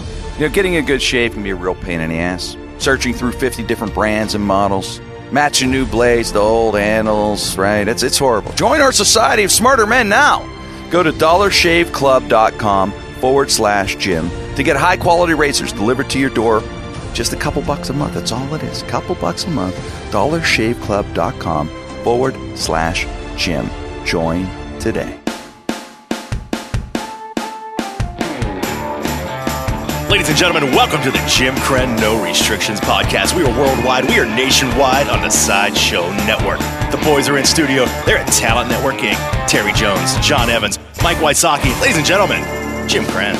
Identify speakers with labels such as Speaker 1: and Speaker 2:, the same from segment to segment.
Speaker 1: You know, getting in good shape can be a real pain in the ass. Searching through 50 different brands and models, matching new blades to old handles, right? It's, it's horrible. Join our society of smarter men now. Go to dollarshaveclub.com forward slash gym to get high quality razors delivered to your door. Just a couple bucks a month. That's all it is. Couple bucks a month. Dollarshaveclub.com forward slash gym. Join today.
Speaker 2: Ladies and gentlemen, welcome to the Jim Crenn No Restrictions podcast. We are worldwide, we are nationwide on the Sideshow Network. The boys are in studio. They're at Talent Network Inc. Terry Jones, John Evans, Mike Wysocki. Ladies and gentlemen, Jim Crenn.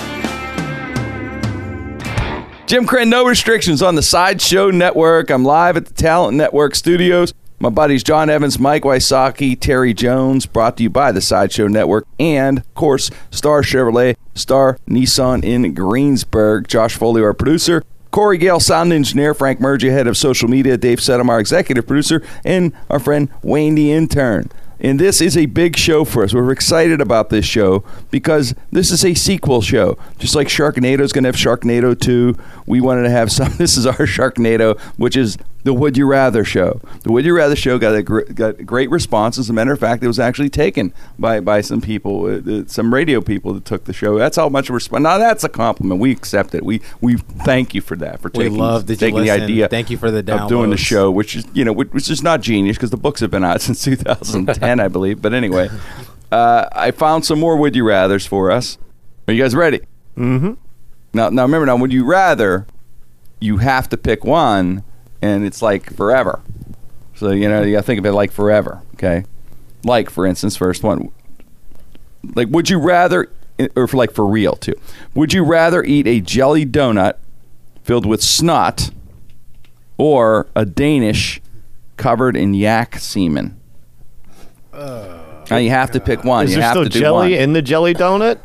Speaker 1: Jim Crenn, no restrictions on the Sideshow Network. I'm live at the Talent Network studios. My buddies John Evans, Mike Wysocki, Terry Jones, brought to you by the Sideshow Network and, of course, Star Chevrolet, Star Nissan in Greensburg. Josh Foley, our producer. Corey Gale, sound engineer. Frank Mergia, head of social media. Dave Sedem, our executive producer. And our friend Wayne, the intern. And this is a big show for us. We're excited about this show because this is a sequel show. Just like Sharknado is going to have Sharknado 2, we wanted to have some. This is our Sharknado, which is the Would You Rather show. The Would You Rather show got, a gr- got great response. As a matter of fact, it was actually taken by, by some people, uh, uh, some radio people that took the show. That's how much response. Now, that's a compliment. We accept it. We, we thank you for that, for
Speaker 3: We
Speaker 1: taking,
Speaker 3: love that you
Speaker 1: taking the
Speaker 3: listen.
Speaker 1: idea
Speaker 3: Thank you for the
Speaker 1: of doing the
Speaker 3: downloads.
Speaker 1: show show, which is you know, which, which is not genius because the books have been out since 2010, I believe. But anyway, uh, I found some more would you rather's for us. Are you guys ready? Mm-hmm. Now, now remember, now would you rather? You have to pick one, and it's like forever. So you know, you got to think of it like forever. Okay, like for instance, first one, like would you rather, or for like for real too, would you rather eat a jelly donut filled with snot? or a Danish covered in yak semen. now you have to pick one.
Speaker 4: Is
Speaker 1: you
Speaker 4: there
Speaker 1: have
Speaker 4: still
Speaker 1: to do
Speaker 4: jelly
Speaker 1: one.
Speaker 4: in the jelly donut?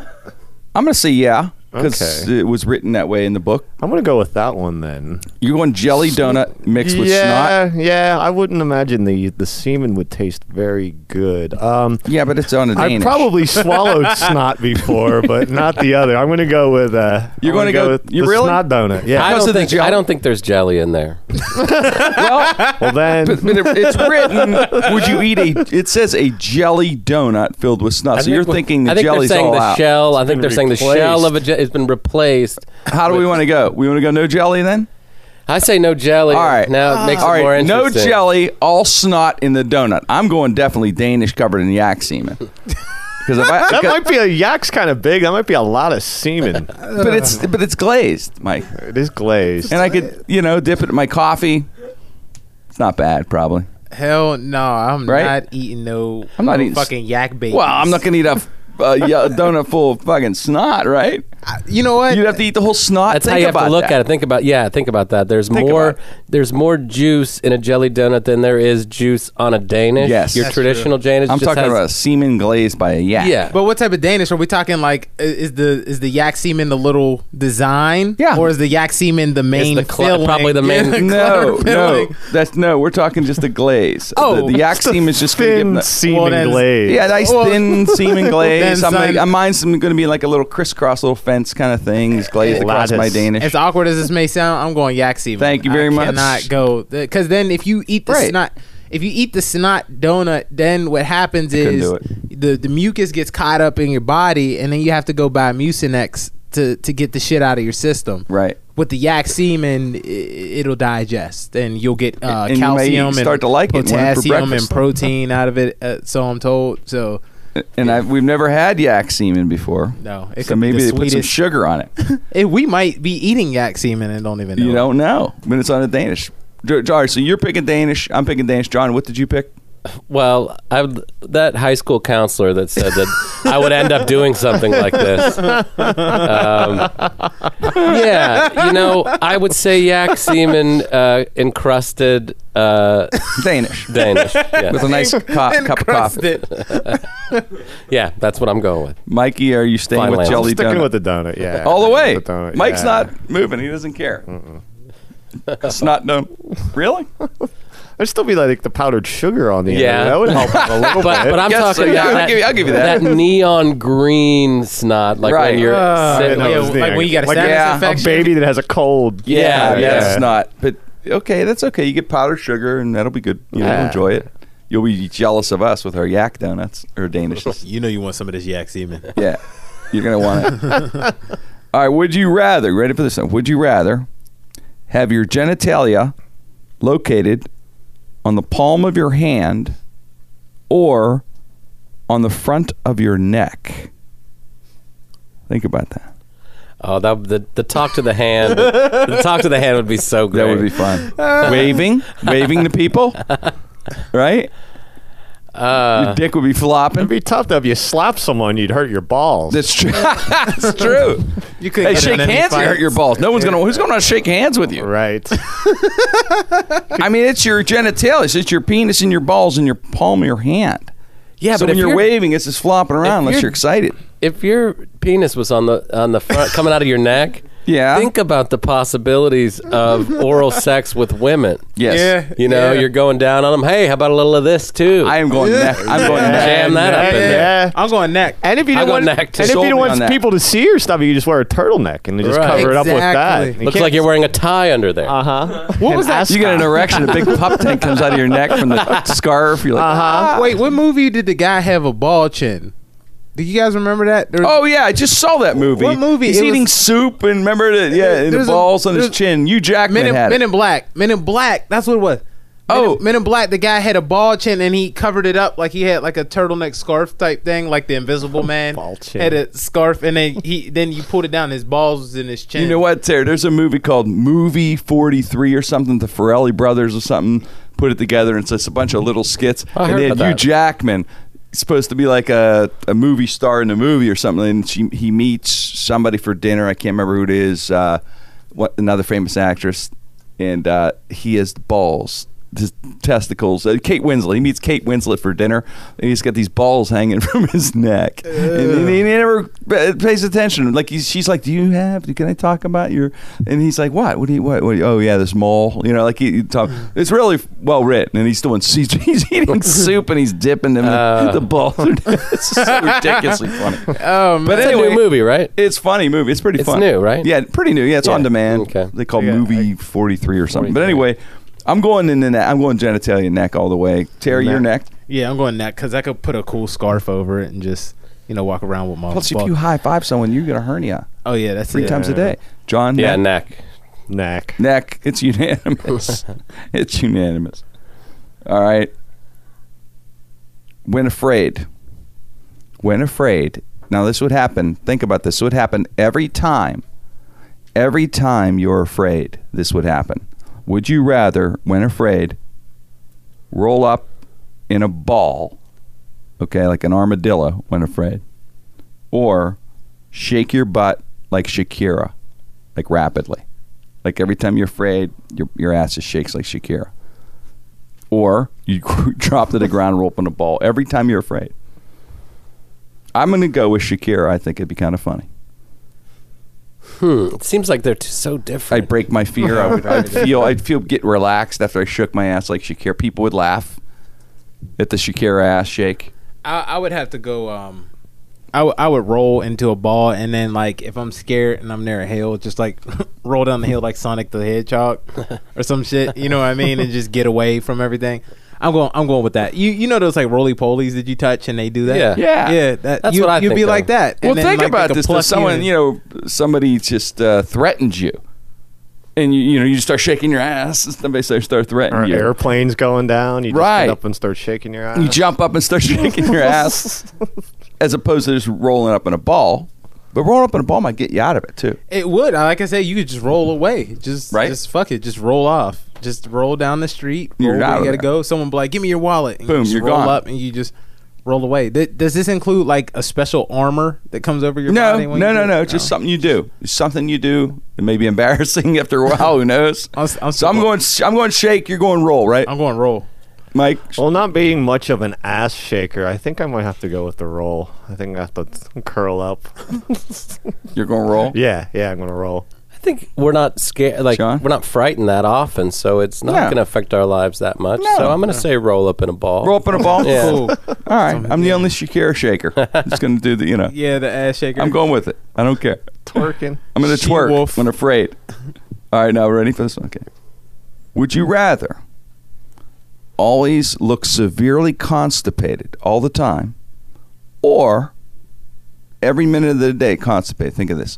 Speaker 1: I'm gonna say yeah because
Speaker 4: Okay.
Speaker 1: it was written that way in the book.
Speaker 4: I'm gonna go with that one then.
Speaker 1: You're going jelly donut mixed with snot.
Speaker 4: yeah, yeah. I wouldn't imagine the the semen would taste very good. Um,
Speaker 1: Yeah, but it's on a
Speaker 4: I've
Speaker 1: Danish.
Speaker 4: probably swallowed snot before, but not the other. I'm gonna go with. Uh,
Speaker 1: You're
Speaker 4: I'm
Speaker 1: gonna go-
Speaker 4: with
Speaker 1: you
Speaker 4: the
Speaker 1: really?
Speaker 4: snot donut.
Speaker 5: I
Speaker 4: Yeah.
Speaker 1: was
Speaker 5: don't,
Speaker 1: the
Speaker 5: think,
Speaker 1: jelly-
Speaker 5: I don't think there's jelly in there.
Speaker 1: well,
Speaker 4: well
Speaker 1: but,
Speaker 4: then,
Speaker 1: but it- it's written. Would you eat a? It says a jelly donut filled with snot.
Speaker 5: I
Speaker 1: so you're
Speaker 5: think-
Speaker 1: thinking the
Speaker 5: I think
Speaker 1: jelly's
Speaker 5: they're saying
Speaker 1: all
Speaker 5: the
Speaker 1: out.
Speaker 5: shell. I think they're
Speaker 4: been
Speaker 5: saying the shell of a jelly has been replaced.
Speaker 1: How do we want to go? We want to go no jelly then.
Speaker 5: I say no jelly.
Speaker 1: All right.
Speaker 5: Now it makes
Speaker 1: All
Speaker 5: it more
Speaker 1: right, no
Speaker 5: interesting.
Speaker 1: jelly, all snot in the donut. I'm going definitely Danish covered in yak semen. Because if I,
Speaker 4: that
Speaker 1: 'cause-
Speaker 4: might be a yak's kind of big. That might be a lot of semen.
Speaker 1: but it's but it's glazed, Mike,
Speaker 4: it is glazed.
Speaker 1: and I could you know dip it in my coffee. It's not bad, probably.
Speaker 3: Hell no, I'm
Speaker 1: Right?
Speaker 3: not eating no.
Speaker 1: I'm not
Speaker 3: no
Speaker 1: eating s-
Speaker 3: fucking yak babies.
Speaker 1: Well, I'm not gonna eat a, f- a y- a donut full of fucking snot, right?
Speaker 3: You know what?
Speaker 1: You'd have to eat the whole snot.
Speaker 5: That's
Speaker 1: Think
Speaker 5: how you have
Speaker 1: about
Speaker 5: to look
Speaker 1: that.
Speaker 5: at it. Think about yeah. Think about that. There's
Speaker 1: Think
Speaker 5: more.
Speaker 1: about it.
Speaker 5: There's more juice in a jelly donut than there is juice on a Danish.
Speaker 1: Yes.
Speaker 5: your
Speaker 1: That's
Speaker 5: traditional Danish.
Speaker 1: I'm
Speaker 5: just
Speaker 1: talking
Speaker 5: has-
Speaker 1: about semen glazed by a yak.
Speaker 5: yeah.
Speaker 3: but what type of Danish are we talking? Like, i- is the is the yak semen the little design?
Speaker 1: Yeah.
Speaker 3: Or is the yak semen the main?
Speaker 5: the cl-
Speaker 3: filling?
Speaker 5: probably the main-
Speaker 3: the
Speaker 1: No,
Speaker 3: cluttered
Speaker 1: no,
Speaker 3: filling.
Speaker 1: that's no. We're talking just the glaze.
Speaker 3: Oh,
Speaker 1: the, the yak
Speaker 4: It's the
Speaker 1: semen is just gonna give them
Speaker 4: thin
Speaker 1: that-
Speaker 4: semen
Speaker 3: Well, that's-
Speaker 4: glaze.
Speaker 1: Yeah, nice
Speaker 5: Oh.
Speaker 3: Well-
Speaker 1: thin semen glaze.
Speaker 3: Then
Speaker 1: I'm
Speaker 3: son-
Speaker 1: gonna, mine's going to be like a little crisscross, little fence kind of thing.
Speaker 5: Eh,
Speaker 1: Just glazed across
Speaker 4: Lattice.
Speaker 1: my Danish.
Speaker 3: As awkward as this may sound, I'm going yak semen.
Speaker 1: Thank you very
Speaker 3: I
Speaker 1: much.
Speaker 3: Cannot go because then if you eat the
Speaker 1: Right.
Speaker 3: snot, if you eat the snot donut, then what happens
Speaker 1: couldn't
Speaker 3: is
Speaker 1: do
Speaker 3: the the mucus gets caught up in your body, and then you have to go buy Mucinex to to get the shit out of your system.
Speaker 1: Right.
Speaker 3: With the yak semen, i- it'll digest, and you'll get uh,
Speaker 1: And you may
Speaker 3: calcium
Speaker 1: start
Speaker 3: and
Speaker 1: to like it when for
Speaker 3: potassium and
Speaker 1: breakfast.
Speaker 3: protein out of it. Uh, so I'm told. So
Speaker 1: and I, we've never had yak semen before.
Speaker 3: No, it
Speaker 1: so
Speaker 3: could be
Speaker 1: maybe
Speaker 3: the
Speaker 1: they put some
Speaker 3: sweetest-
Speaker 1: sugar on it.
Speaker 3: eh, we might be eating yak semen and don't even know.
Speaker 1: You don't know when it's on a Danish. Jo- jo- All right, so you're picking Danish. I'm picking Danish. John, what did you pick?
Speaker 5: Well, I would, that high school counselor that said that I would end up doing something like this. Um, yeah, you know, I would say yak semen uh, encrusted uh,
Speaker 1: Danish.
Speaker 5: Danish. Yeah.
Speaker 1: With a nice co- cup of coffee.
Speaker 3: Crusted.
Speaker 5: yeah, that's what I'm going with.
Speaker 1: Mikey, are you staying
Speaker 5: Finally,
Speaker 1: with
Speaker 5: I'm
Speaker 1: jelly
Speaker 4: Sticking
Speaker 1: donut?
Speaker 4: with the donut. Yeah.
Speaker 1: All the way.
Speaker 4: With the donut,
Speaker 1: Mike's
Speaker 4: yeah.
Speaker 1: not moving. He doesn't care. It's not done. Really?
Speaker 4: I'd still be like the powdered sugar on the end.
Speaker 5: Yeah.
Speaker 4: Yeah, that would help out a little
Speaker 5: But
Speaker 4: bit.
Speaker 5: but I'm
Speaker 1: Yes,
Speaker 5: talking
Speaker 1: yeah,
Speaker 5: about
Speaker 1: I'll
Speaker 5: that,
Speaker 1: give you- I'll give you that.
Speaker 5: neon green snot, like
Speaker 1: Right.
Speaker 5: when you're
Speaker 4: Ah,
Speaker 5: sitting.
Speaker 4: that
Speaker 3: yeah,
Speaker 4: was the-
Speaker 3: like when you got a
Speaker 4: like
Speaker 3: sinus
Speaker 1: yeah, a
Speaker 4: a
Speaker 3: infection.
Speaker 4: baby that has a cold.
Speaker 5: Yeah,
Speaker 1: yeah,
Speaker 5: yeah.
Speaker 1: that's not. But okay, that's okay. You get powdered sugar, and that'll be good. You know,
Speaker 4: Yeah.
Speaker 1: enjoy it. You'll be jealous of us with our yak donuts or Danishes.
Speaker 6: You know you want some of this yak semen.
Speaker 1: yeah, you're gonna want it. All right. Would you rather? Ready for this one? Would you rather have your genitalia located on the palm of your hand or on the front of your neck? Think about that.
Speaker 5: Oh, that the, the talk to the hand. the talk to the hand would be so great. Ah.
Speaker 1: That would be fun. waving, waving to people, right?
Speaker 5: Uh.
Speaker 1: your dick would be
Speaker 4: It'd
Speaker 1: flopping.
Speaker 4: be tough though. If you slap someone, you'd hurt your balls.
Speaker 1: That's true. That's true.
Speaker 3: You
Speaker 1: Hey,
Speaker 3: couldn't get in
Speaker 1: shake
Speaker 3: any
Speaker 1: hands. You
Speaker 3: fights.
Speaker 1: hurt your balls. No one's gonna. Who's gonna shake hands with you?
Speaker 4: right.
Speaker 1: I mean, it's your genitalia. It's your penis and your balls and your palm of your hand.
Speaker 5: yeah,
Speaker 1: so
Speaker 5: but
Speaker 1: when
Speaker 5: if
Speaker 1: you're,
Speaker 5: your-
Speaker 1: waving, it's just flopping around unless
Speaker 5: you're-
Speaker 1: you're excited.
Speaker 5: if your penis was on the on the front coming out of your neck,
Speaker 1: Yeah.
Speaker 5: think about the possibilities of oral sex with women.
Speaker 1: Yes.
Speaker 3: Yeah.
Speaker 5: You know, you're going down on them. Hey, how about a little of this too?
Speaker 1: I am going neck. I'm going
Speaker 5: Yeah.
Speaker 1: neck.
Speaker 5: Jam that up in there.
Speaker 4: Yeah.
Speaker 3: I'm going neck.
Speaker 4: And if you
Speaker 5: I
Speaker 4: don't
Speaker 5: go
Speaker 4: want, and
Speaker 5: neck to
Speaker 4: if you
Speaker 1: shoulder
Speaker 4: don't
Speaker 1: on
Speaker 4: want
Speaker 1: that.
Speaker 4: people to see your stuff, you just wear a turtleneck and they just
Speaker 5: Right.
Speaker 4: cover it up with
Speaker 3: Exactly.
Speaker 4: that. You
Speaker 5: Looks
Speaker 4: can't-
Speaker 5: like you're wearing a tie under there.
Speaker 4: Uh-huh. What was that?
Speaker 1: You get an erection, a big pup tank comes out of your neck from the scarf. You're like,
Speaker 5: Uh-huh.
Speaker 1: Ah.
Speaker 3: Wait, what movie did the guy have a ball chin? Do you guys remember that? There was-
Speaker 1: Oh yeah, I just saw that movie.
Speaker 3: What movie?
Speaker 1: He's
Speaker 3: It
Speaker 1: eating
Speaker 3: was-
Speaker 1: soup and remember the yeah, and the
Speaker 3: There's a-
Speaker 1: balls on his
Speaker 3: there's-
Speaker 1: chin. You Jackman
Speaker 3: Men in,
Speaker 1: had it.
Speaker 3: Men in Black. Men in Black. That's what it was. Men
Speaker 1: Oh.
Speaker 3: in, Men in Black. The guy had a ball chin and he covered it up like he had like a turtleneck scarf type thing, like the Invisible Man
Speaker 4: ball chin.
Speaker 3: had a scarf, and then he then you pulled it down. His balls was in his chin.
Speaker 1: you know what, Terry? There's a movie called Movie 43 or something. The Ferrelli brothers or something put it together, and it's just a bunch of little skits.
Speaker 5: I
Speaker 1: and
Speaker 5: heard
Speaker 1: they had
Speaker 5: about
Speaker 1: Hugh
Speaker 5: that.
Speaker 1: Jackman, supposed to be like a, a movie star in a movie or something. And she, he meets somebody for dinner. I can't remember who it is. Uh, what another famous actress, and uh, he has the balls. His testicles. Uh, Kate Winslet. He meets Kate Winslet for dinner, and he's got these balls hanging from his neck, and he, he never uh, pays attention. Like he's, she's like, "Do you have? Can I talk about your?" And he's like, "What? What do you? What? what do you- oh yeah, this mole. You know, like he, he talk.
Speaker 5: Mm.
Speaker 1: It's really well written, and he's doing. He's, he's eating soup, and he's dipping them in
Speaker 5: Uh.
Speaker 1: the balls. it's so ridiculously funny.
Speaker 3: Um,
Speaker 1: But
Speaker 5: Oh, That's
Speaker 1: anyway,
Speaker 5: a new movie, right?
Speaker 1: It's funny movie. It's pretty
Speaker 5: It's
Speaker 1: fun.
Speaker 5: new, right?
Speaker 1: Yeah, pretty new. Yeah, it's on demand.
Speaker 5: Okay.
Speaker 1: They call
Speaker 4: Yeah,
Speaker 1: movie forty three or something. But
Speaker 5: 43.
Speaker 1: anyway, I'm going in the neck. I'm going genitalia neck all the way. Terry, your neck.
Speaker 3: yeah, I'm going neck because I could put a cool scarf over it and just you know walk around with
Speaker 5: Oh,
Speaker 3: my.
Speaker 1: Plus, if
Speaker 3: ball-
Speaker 1: you high five someone, you get a hernia
Speaker 3: oh yeah, that's
Speaker 1: three
Speaker 3: it.
Speaker 1: times a day. John,
Speaker 5: Yeah,
Speaker 1: neck.
Speaker 5: neck.
Speaker 4: neck.
Speaker 1: neck. It's unanimous. it's unanimous. All right. When afraid. When afraid. Now this would happen. Think about this. This would happen every time. Every time you're afraid, this would happen. Would you rather, when afraid, roll up in a ball, okay, like an armadillo when afraid, or shake your butt like Shakira, like rapidly? Like every time you're afraid, your your ass just shakes like Shakira. Or you drop to the ground, roll up on the ball every time you're afraid. I'm going to go with Shakira. I think it'd be kind of funny.
Speaker 5: Hmm. It seems like they're t- so
Speaker 1: I'd
Speaker 5: different.
Speaker 1: break my fear. I would, I'd feel I'd feel get relaxed after I shook my ass like Shakira. People would laugh at the Shakira ass shake.
Speaker 3: I, I would have to go. Um, I would- I would roll into a ball, and then like if I'm scared and I'm near a hill, just like roll down the hill like Sonic the Hedgehog or some shit. You know what I mean? And just get away from everything. I'm going. I'm going with that. You you know those like roly polies that you touch and they do that.
Speaker 5: Yeah.
Speaker 1: Yeah.
Speaker 3: yeah. That,
Speaker 5: That's
Speaker 3: you,
Speaker 5: what I
Speaker 3: You'd
Speaker 5: think
Speaker 3: be
Speaker 5: of.
Speaker 3: like that.
Speaker 1: Well,
Speaker 3: And then,
Speaker 1: think
Speaker 3: like, they
Speaker 1: about
Speaker 3: could
Speaker 1: this. Though.
Speaker 3: pluck
Speaker 1: Someone, you know, somebody just uh, threatens you, and you, you know, you start shaking your ass, and somebody starts start threatening
Speaker 4: Or
Speaker 1: you.
Speaker 4: airplanes going down. You just
Speaker 1: Right.
Speaker 4: get up and start shaking your
Speaker 1: you
Speaker 4: ass.
Speaker 1: jump up and start shaking your ass as opposed to just rolling up in a ball. But rolling up in a ball might get you out of it too.
Speaker 3: It would. I- Like I said, you could just roll away. Just
Speaker 1: Right.
Speaker 3: Just fuck it. Just roll off. Just roll down the street.
Speaker 1: You're
Speaker 3: Roll where
Speaker 1: out of
Speaker 3: you gotta
Speaker 1: there.
Speaker 3: go. Someone be like, "Give me your wallet." And you
Speaker 1: Boom,
Speaker 3: just
Speaker 1: you're
Speaker 3: roll
Speaker 1: gone.
Speaker 3: up and you just roll away. Th- does this include like a special armor that comes over your
Speaker 1: No,
Speaker 3: body?
Speaker 1: no,
Speaker 3: when you
Speaker 1: no,
Speaker 3: do it?
Speaker 1: no. Just something you do. It's something you do. It may be embarrassing after a while. Who knows?
Speaker 3: I'm s- I'm
Speaker 1: so I'm
Speaker 3: still-
Speaker 1: going. I'm going shake. You're going roll, right,
Speaker 3: I'm going roll.
Speaker 1: Mike?
Speaker 4: Well, not being much of an ass shaker, I think I might have to go with the roll. I think I have to curl up.
Speaker 1: You're going roll.
Speaker 4: Yeah, yeah, I'm gonna roll.
Speaker 5: I I think we're not scared. Like
Speaker 1: Sean?
Speaker 5: we're not frightened that often, so it's not
Speaker 1: Yeah.
Speaker 5: going to affect our lives that much.
Speaker 1: No.
Speaker 5: so I'm going to say roll up in a ball.
Speaker 1: Roll up in a ball.
Speaker 5: Yeah.
Speaker 3: Cool.
Speaker 1: All right. I'm the only Shakira shaker. I'm just gonna do the. You know.
Speaker 3: Yeah, the ass shaker.
Speaker 1: I'm going with it. I don't care.
Speaker 4: Twerking.
Speaker 1: I'm gonna twerk
Speaker 3: She-wolf.
Speaker 1: when afraid. All right, now ready for this one? Okay. Would you rather always look severely constipated all the time, or every minute of the day constipated? Think of this,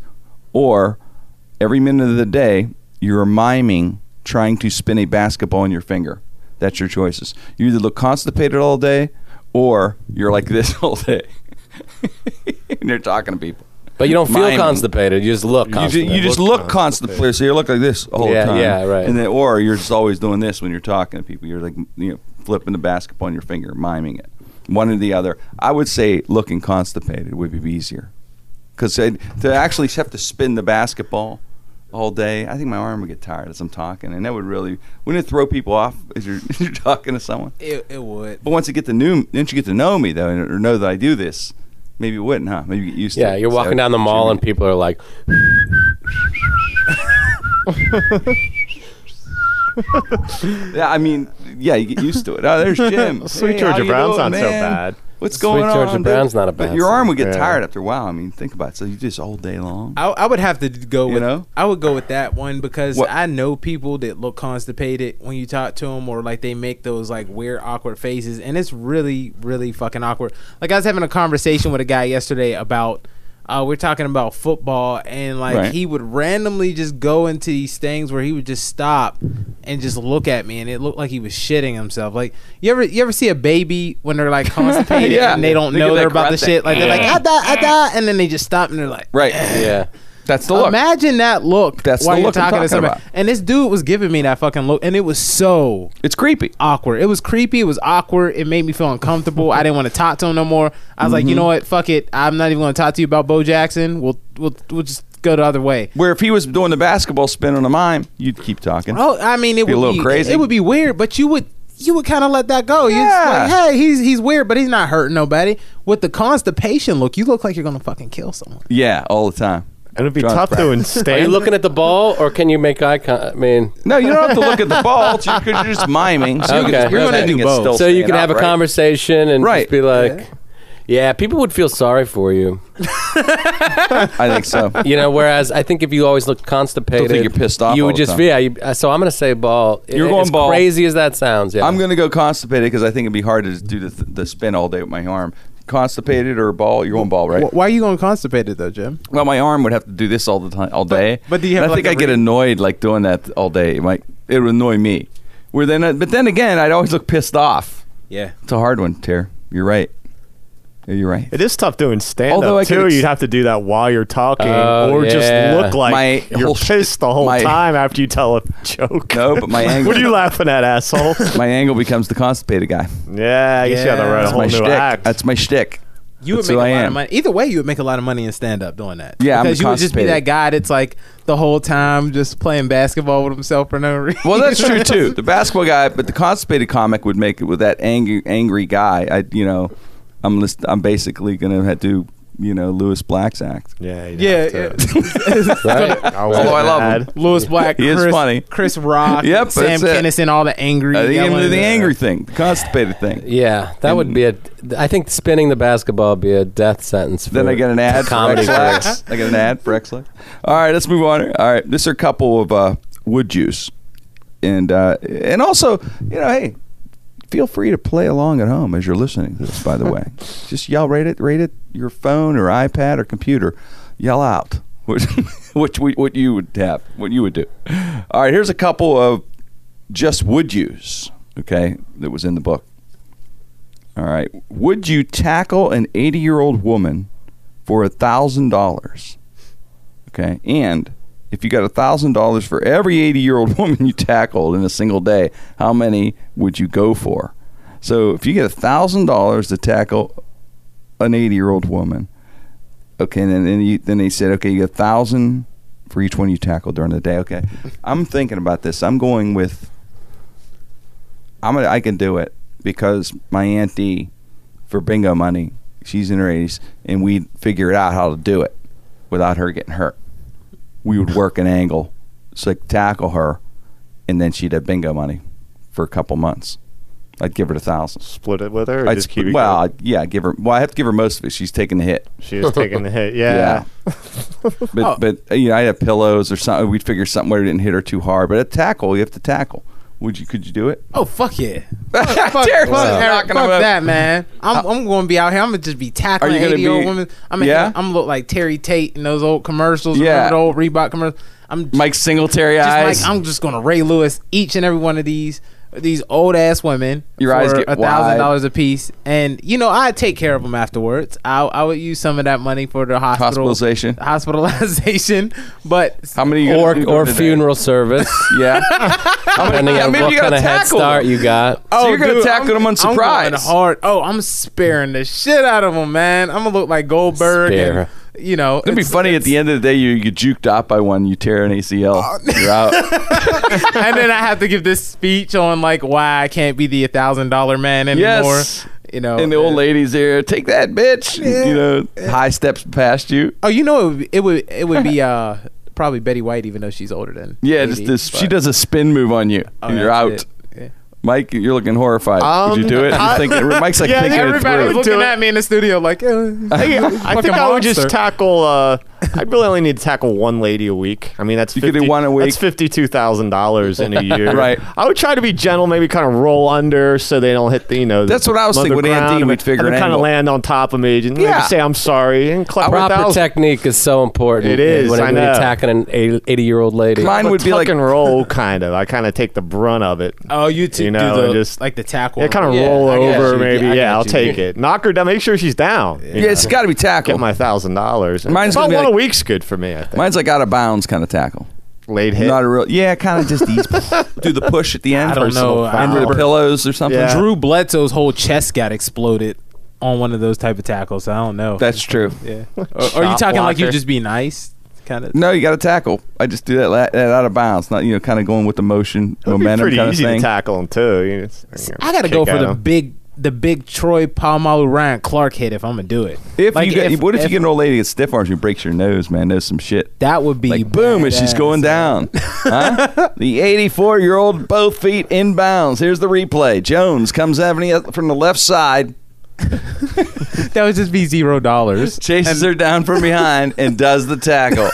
Speaker 1: or every minute of the day you're miming trying to spin a basketball on your finger. That's your choices. You either look constipated all day, or you're like this all day, and you're talking to people.
Speaker 5: But you don't feel
Speaker 1: Miming.
Speaker 5: constipated. You just look
Speaker 1: You just,
Speaker 5: constipated.
Speaker 1: you just look, constantly, so you look like this all
Speaker 5: Yeah,
Speaker 1: the time.
Speaker 5: yeah, right.
Speaker 1: And then, or you're just always doing this when you're talking to people. You're like, you know, flipping the basketball on your finger, miming it. One or the other. I would say looking constipated would be easier, because to actually have to spin the basketball all day, I think my arm would get tired as I'm talking, and that would really wouldn't it throw people off as you're, as you're talking to someone.
Speaker 3: It, it would.
Speaker 1: But once you get to know, once you get to know me though, or know that I do this, maybe it wouldn't, huh? Maybe you get used to
Speaker 5: yeah,
Speaker 1: it.
Speaker 5: you're
Speaker 1: So
Speaker 5: walking down the
Speaker 1: it should
Speaker 5: mall
Speaker 1: be-
Speaker 5: and people are like,
Speaker 1: Yeah, I mean, yeah, you get used to it. Oh, there's Jim.
Speaker 4: Sweet
Speaker 1: Hey,
Speaker 4: Georgia
Speaker 1: how you
Speaker 4: Brown's
Speaker 1: doing,
Speaker 4: not so
Speaker 1: man?
Speaker 4: bad.
Speaker 1: What's
Speaker 5: Sweet
Speaker 1: going on?
Speaker 5: Georgia
Speaker 1: dude?
Speaker 5: Brown's not a
Speaker 1: But
Speaker 5: bad
Speaker 1: your arm would get
Speaker 4: song. Yeah.
Speaker 1: tired after a while. I mean, think about it. So you just all day long.
Speaker 3: Um, I, I would have to go
Speaker 1: You
Speaker 3: with
Speaker 1: know?
Speaker 3: I would go with that one because
Speaker 1: What-
Speaker 3: I know people that look constipated when you talk to them or like they make those like weird awkward faces and it's really really fucking awkward. Like I was having a conversation with a guy yesterday about uh, we're talking about football and like
Speaker 1: Right.
Speaker 3: he would randomly just go into these things where he would just stop and just look at me and it looked like he was shitting himself. Like you ever you ever see a baby when they're like constipated
Speaker 1: Yeah.
Speaker 3: and they don't
Speaker 1: They get
Speaker 3: know
Speaker 1: that
Speaker 3: they're about the
Speaker 1: grunt that-
Speaker 3: shit like they're like ah, da, ah, da, and then they just stop and they're like
Speaker 1: Right.
Speaker 5: yeah.
Speaker 1: That's the look.
Speaker 3: Imagine that look
Speaker 1: That's
Speaker 3: while
Speaker 1: the
Speaker 3: you're
Speaker 1: look I'm
Speaker 3: talking to
Speaker 1: talking
Speaker 3: somebody.
Speaker 1: about.
Speaker 3: And this dude was giving me that fucking look, and it was so
Speaker 1: it's creepy.
Speaker 3: awkward. It was creepy. It was awkward. It made me feel uncomfortable. I didn't want to talk to him no more. I was like,
Speaker 1: Mm-hmm.
Speaker 3: you know what? Fuck it. I'm not even going to talk to you about Bo Jackson. We'll we'll we'll just go the other way.
Speaker 1: Where if he was doing the basketball spin on a mime, you'd keep talking.
Speaker 3: Oh, I mean, it
Speaker 1: Be a
Speaker 3: would
Speaker 1: little
Speaker 3: be
Speaker 1: crazy.
Speaker 3: It would be weird, but you would you would kind of let that go. You're just
Speaker 1: Yeah.
Speaker 3: like, hey, he's he's weird, but he's not hurting nobody. With the constipation look, you look like you're going to fucking kill someone.
Speaker 1: Yeah, all the time.
Speaker 4: And it'd be
Speaker 1: John's
Speaker 4: tough
Speaker 1: proud.
Speaker 4: to
Speaker 5: Are you
Speaker 4: instant.
Speaker 5: looking at the ball or can you make eye contact? I mean,
Speaker 1: No, you don't have to look at the ball because you're just miming. So
Speaker 5: Okay.
Speaker 1: you're
Speaker 5: You're
Speaker 1: going
Speaker 5: gonna
Speaker 1: to
Speaker 5: do
Speaker 3: both.
Speaker 5: so you can have a conversation and
Speaker 1: Right.
Speaker 5: just be like, yeah. people would feel sorry for you.
Speaker 1: I think so.
Speaker 5: You know, whereas I think if you always look constipated,
Speaker 1: you're pissed off
Speaker 5: You
Speaker 1: all
Speaker 5: would
Speaker 1: the
Speaker 5: just
Speaker 1: time.
Speaker 5: yeah. You, uh, so I'm gonna say ball.
Speaker 1: You're
Speaker 5: A-
Speaker 1: going
Speaker 5: as
Speaker 1: ball.
Speaker 5: Crazy as that sounds, yeah.
Speaker 1: I'm going to go constipated because I think it'd be hard to do the, the spin all day with my arm. Constipated or ball? You're going ball, right?
Speaker 3: Why are you going constipated though, Jim?
Speaker 1: Well, my arm would have to do this all the time, all day.
Speaker 3: but do you have,
Speaker 1: And I
Speaker 3: like,
Speaker 1: think I
Speaker 3: a
Speaker 1: get
Speaker 3: re-
Speaker 1: annoyed like doing that all day. Like it would annoy me. Where then, I, but then again, I'd always look pissed off.
Speaker 3: Yeah.
Speaker 1: It's a hard one, Ter. You're right. Yeah, You're right.
Speaker 4: It is tough doing stand
Speaker 1: Although I
Speaker 4: up
Speaker 1: could
Speaker 4: too.
Speaker 1: ex-
Speaker 4: You'd have to do that while you're talking,
Speaker 5: Oh,
Speaker 4: or just
Speaker 5: yeah.
Speaker 4: look like
Speaker 1: My
Speaker 4: you're
Speaker 1: whole sh-
Speaker 4: pissed the whole
Speaker 1: my-
Speaker 4: time after you tell a joke.
Speaker 1: No, but my angle.
Speaker 4: what are you laughing at, asshole?
Speaker 1: My angle becomes the constipated guy.
Speaker 4: yeah, I guess you got to
Speaker 3: Yeah.
Speaker 4: write a
Speaker 1: That's
Speaker 4: whole
Speaker 1: my
Speaker 4: new
Speaker 1: shtick.
Speaker 4: act.
Speaker 1: That's my shtick.
Speaker 3: You would
Speaker 1: That's
Speaker 3: make a
Speaker 1: who
Speaker 3: lot
Speaker 1: I
Speaker 3: of
Speaker 1: am.
Speaker 3: money. Either way, you would make a lot of money in stand up doing that.
Speaker 1: Yeah, I'm
Speaker 3: because you would just be
Speaker 1: constipated.
Speaker 3: that guy that's like the whole time just playing basketball with himself for no reason.
Speaker 1: Well, that's true too. The basketball guy, but the constipated comic would make it with that angry, angry guy. I, you know, I'm list, I'm basically gonna have to, you know, Lewis Black's act.
Speaker 4: yeah, you'd
Speaker 3: yeah,
Speaker 4: have to-
Speaker 3: yeah.
Speaker 5: Right?
Speaker 1: Although I love him.
Speaker 4: Bad.
Speaker 3: Louis Black,
Speaker 1: He is
Speaker 3: Chris,
Speaker 1: funny.
Speaker 3: Chris Rock,
Speaker 1: Yep,
Speaker 3: Sam
Speaker 1: that's it.
Speaker 3: Kinison, all the angry.
Speaker 1: I think
Speaker 3: yelling.
Speaker 1: Uh, the angry thing, the constipated thing.
Speaker 5: yeah, that would be a. I think spinning the basketball would be a death sentence. For
Speaker 1: Then I get an ad for
Speaker 5: comedy. career.
Speaker 1: Xlax. I get an ad for Xlax. All right, let's move on. All right, this are a couple of uh, wood juice, and uh, and also you know, hey, feel free to play along at home as you're listening to this. By the way, just yell, rate it, rate it, your phone or iPad or computer, yell out which which we, what you would have, what you would do. All right, here's a couple of just would yous. Okay, that was in the book. All right. Would you tackle an 80 year old woman for a thousand dollars? Okay. And if you got a thousand dollars for every 80 year old woman you tackled in a single day, how many would you go for? So if you get a thousand dollars to tackle an 80 year old woman, okay, and then then, you, then they said, okay, you get a thousand for each one you tackle during the day. Okay. I'm thinking about this. I'm going with. I'm gonna, I can do it because my auntie for bingo money, she's in her 80s, and we figured out how to do it without her getting hurt. we would work an angle, so like tackle her, and then she'd have bingo money for a couple months. I'd give her the thousand.
Speaker 4: Split it with her. Or
Speaker 1: I'd
Speaker 4: just
Speaker 1: sp-
Speaker 4: keep it
Speaker 1: well,
Speaker 4: going?
Speaker 1: I'd- yeah, give her. Well, I have to give her most of it. She's taking the hit.
Speaker 4: she is taking the hit. Yeah.
Speaker 1: Yeah. but but uh, you know, I'd have pillows or something. We'd figure something where it didn't hit her too hard. But a tackle, you have to tackle. Would you? Could you do it?
Speaker 3: Oh fuck yeah!
Speaker 1: Fuck,
Speaker 3: Fuck, Eric, fuck that, man. I'm, I'm going to be out here. I'm going to just be tackling
Speaker 1: Are you gonna
Speaker 3: 80 year old
Speaker 1: be-
Speaker 3: women. I'm, yeah?
Speaker 1: Yeah?
Speaker 3: I'm gonna look like Terry Tate in those old commercials. Yeah.
Speaker 1: Yeah.
Speaker 3: Remember the old Reebok commercials? I'm just,
Speaker 1: Mike Singletary
Speaker 3: just
Speaker 1: eyes.
Speaker 3: like, I'm just going to Ray Lewis each and every one of these these old ass women
Speaker 1: Your
Speaker 3: for
Speaker 1: eyes get
Speaker 3: a
Speaker 1: wide.
Speaker 3: thousand dollars a piece. And, you know, I take care of them afterwards. I, I would use some of that money for the hospital,
Speaker 1: Hospitalization.
Speaker 3: hospitalization. But
Speaker 1: How many you gonna do
Speaker 5: or or
Speaker 1: today?
Speaker 5: funeral service,
Speaker 1: Yeah. How many-
Speaker 5: depending
Speaker 1: how
Speaker 5: on
Speaker 1: many
Speaker 5: what
Speaker 1: you gotta
Speaker 5: kind of head
Speaker 1: tackle?
Speaker 5: start you got.
Speaker 1: So you're gonna
Speaker 3: dude,
Speaker 1: tackle
Speaker 3: I'm-
Speaker 1: them on
Speaker 3: I'm
Speaker 1: surprise.
Speaker 3: going hard. Oh, I'm sparing the shit out of them, man. I'm gonna look like Goldberg.
Speaker 5: Spare.
Speaker 3: And, you know,
Speaker 1: It'd be
Speaker 3: it's-
Speaker 1: funny at the end of the day you you juked out by one, you tear an ACL,
Speaker 3: Oh,
Speaker 1: you're out.
Speaker 3: and then I have to give this speech on like why I can't be the thousand dollar man anymore.
Speaker 1: Yes.
Speaker 3: You know,
Speaker 1: and the old lady's there, take that bitch. You know, high steps past you.
Speaker 3: oh, you know, it would it would, it would be uh probably Betty White, even though she's older than
Speaker 1: Yeah,
Speaker 3: 80,
Speaker 1: just this, she
Speaker 3: but- Oh,
Speaker 1: does a spin move on you, and you're out.
Speaker 3: that's it. Yeah.
Speaker 1: Mike, you're looking horrified. Would you
Speaker 4: Um,
Speaker 1: do it?
Speaker 4: I-
Speaker 1: I'm thinking, Mike's like
Speaker 4: Yeah, I think
Speaker 1: thinking it
Speaker 3: Everybody was
Speaker 1: through.
Speaker 4: would-
Speaker 3: looking
Speaker 4: Do it.
Speaker 3: at me in the studio like, eh,
Speaker 4: I think, I,
Speaker 3: Fucking
Speaker 4: think I would
Speaker 3: monster.
Speaker 4: just tackle. Uh, I'd really only need to tackle one lady a week. I mean, that's
Speaker 1: You could do one a week.
Speaker 4: That's fifty-two thousand dollars in a year.
Speaker 1: Right.
Speaker 4: I would try to be gentle, maybe kind of roll under so they don't hit the you know. the
Speaker 1: That's what I was thinking
Speaker 4: mother
Speaker 1: with Andy,
Speaker 4: ground, and
Speaker 1: we'd figure
Speaker 4: and
Speaker 1: an
Speaker 4: kind
Speaker 1: angle.
Speaker 4: of land on top of me and maybe
Speaker 1: Yeah.
Speaker 4: say I'm sorry and clap
Speaker 5: Proper
Speaker 4: 1,000.
Speaker 5: technique is so important.
Speaker 4: It is,
Speaker 5: When
Speaker 4: I
Speaker 5: when you're
Speaker 4: know.
Speaker 5: attacking an 80 year old lady.
Speaker 1: Mine
Speaker 4: But
Speaker 1: would be
Speaker 4: tuck
Speaker 1: like,
Speaker 4: and roll kind of. I kind of take the brunt of it.
Speaker 3: oh, you two
Speaker 4: You know,
Speaker 3: do the
Speaker 4: and just-
Speaker 3: like the tackle.
Speaker 4: Yeah, kind of
Speaker 5: Yeah,
Speaker 4: roll
Speaker 5: I got
Speaker 4: over
Speaker 5: you.
Speaker 4: maybe.
Speaker 3: Yeah, I
Speaker 4: Yeah,
Speaker 3: got
Speaker 4: I'll
Speaker 3: you.
Speaker 4: take it. Knock her down. Make sure she's down. you
Speaker 1: yeah, it's
Speaker 4: know.
Speaker 1: got to be tackle.
Speaker 4: get my thousand dollars.
Speaker 1: Mine's
Speaker 4: about
Speaker 1: gonna be
Speaker 4: one
Speaker 1: like-
Speaker 4: a week's good for me. I think.
Speaker 1: Mine's like out of bounds kind of tackle.
Speaker 4: Late hit.
Speaker 1: Not a real, yeah, kind of just these, do the push at the end.
Speaker 3: I don't know. I
Speaker 1: Under the
Speaker 3: remember-
Speaker 1: pillows or something.
Speaker 4: Yeah.
Speaker 3: Drew Bledsoe's whole chest got exploded on one of those type of tackles. I don't know.
Speaker 1: That's true.
Speaker 3: yeah. Or, or you talking like you
Speaker 4: blocker.
Speaker 3: just be nice, kind of?
Speaker 1: No, you got to tackle. I just do that, la- that out of bounds, not you know, kind of going with the motion,
Speaker 4: It'd be
Speaker 1: momentum
Speaker 4: pretty
Speaker 1: kind
Speaker 4: easy
Speaker 1: of
Speaker 4: to
Speaker 1: thing.
Speaker 4: tackle him too. You just-
Speaker 3: I gotta
Speaker 4: kick
Speaker 3: go for
Speaker 4: at
Speaker 3: the
Speaker 4: him.
Speaker 3: big, the big Troy Palmalu Ryan Clark hit if I'm gonna do it.
Speaker 1: If
Speaker 3: Like,
Speaker 1: you get, what if, you
Speaker 3: if-
Speaker 1: get an old lady that stiff arms and breaks your nose, man? There's some shit.
Speaker 3: That would be
Speaker 1: Like boom, as she's
Speaker 3: badass.
Speaker 1: going down. Huh? the 84 year old, both feet inbounds. Here's the replay. Jones comes Avenue from the left side,
Speaker 3: That would just be zero dollars.
Speaker 1: chases her down from behind, and does the tackle.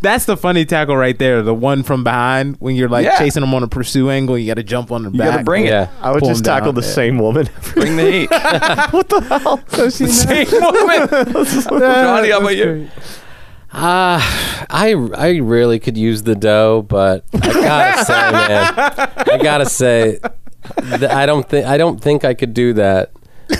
Speaker 3: That's the funny tackle right there. The one from behind when you're like
Speaker 1: Yeah.
Speaker 3: chasing them on a pursue angle, you got to jump on the
Speaker 1: You
Speaker 3: back.
Speaker 1: got to bring
Speaker 5: yeah.
Speaker 1: it.
Speaker 4: I would
Speaker 3: pull
Speaker 4: just
Speaker 3: him down,
Speaker 4: tackle the
Speaker 3: yeah.
Speaker 4: same woman.
Speaker 1: Bring the heat.
Speaker 3: So she
Speaker 1: Same woman. Johnny, how about you?
Speaker 5: Uh, I I really could use the dough, but I gotta say, man, I gotta say, th- I don't think I don't think I could do that.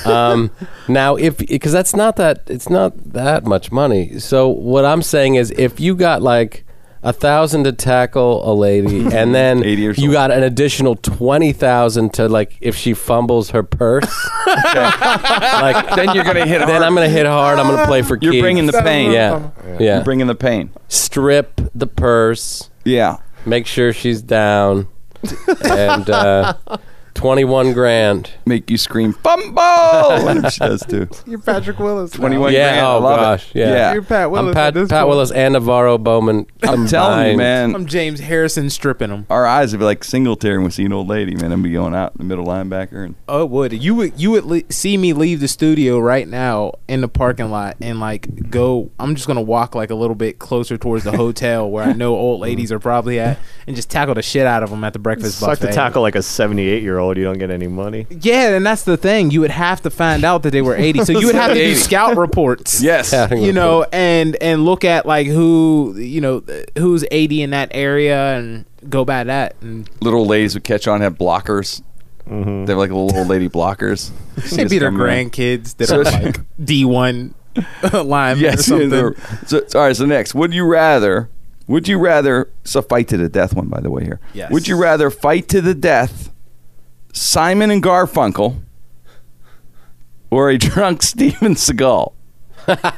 Speaker 5: Um, now, if because that's not that it's not that much money. So what I'm saying is, if you got like a thousand to tackle a lady, and then
Speaker 1: 80 years
Speaker 5: you
Speaker 1: old.
Speaker 5: got an additional twenty thousand to like if she fumbles her purse, like
Speaker 1: Then you're going to hit
Speaker 5: then
Speaker 1: hard.
Speaker 5: I'm gonna hit hard. I'm gonna play for
Speaker 1: You're
Speaker 5: keeps.
Speaker 1: bringing the pain.
Speaker 5: yeah yeah
Speaker 1: You're bringing the pain.
Speaker 5: strip the purse,
Speaker 1: Yeah.
Speaker 5: make sure she's down, and uh, 21 grand.
Speaker 1: Make you scream, fumble! Whatever she does, too.
Speaker 3: You're Patrick Willis.
Speaker 1: 21
Speaker 5: Yeah,
Speaker 1: grand. I
Speaker 5: oh
Speaker 1: love it.
Speaker 5: gosh, yeah.
Speaker 3: You're Pat Willis.
Speaker 5: I'm
Speaker 3: at
Speaker 5: Pat,
Speaker 3: this
Speaker 5: Pat
Speaker 3: point.
Speaker 5: Willis and Navarro Bowman.
Speaker 1: I'm telling you,
Speaker 5: combined.
Speaker 1: man.
Speaker 3: I'm James Harrison stripping him.
Speaker 1: our eyes would be like Singletary when we see an old lady, man. I'm be going out in the middle linebacker and
Speaker 3: Oh, it would you would you would le- see me leave the studio right now in the parking lot and like go? I'm just gonna walk like a little bit closer towards the hotel where I know old ladies are probably at, and just tackle the shit out of them at the breakfast
Speaker 4: Suck
Speaker 3: buffet.
Speaker 4: to tackle like a 78 year old. You don't get any money.
Speaker 3: Yeah, and that's the thing. You would have to find out that they were 80, so you would have to do
Speaker 1: 80.
Speaker 3: scout reports.
Speaker 1: yes,
Speaker 5: Yeah.
Speaker 3: you know, and and look at like who you know who's 80 in that area and go by that and
Speaker 1: little ladies would catch on have blockers. They're like little old lady blockers.
Speaker 3: They'd be their grandkids that are like D one linemen or
Speaker 1: Yes, yeah,
Speaker 3: something.
Speaker 1: they're- so, so, all right. So next, would you rather? Would you rather? It's a fight to the death one, by the way. Here,
Speaker 3: Yes.
Speaker 1: would you rather fight to the death, Simon and Garfunkel, or a drunk Steven Seagal?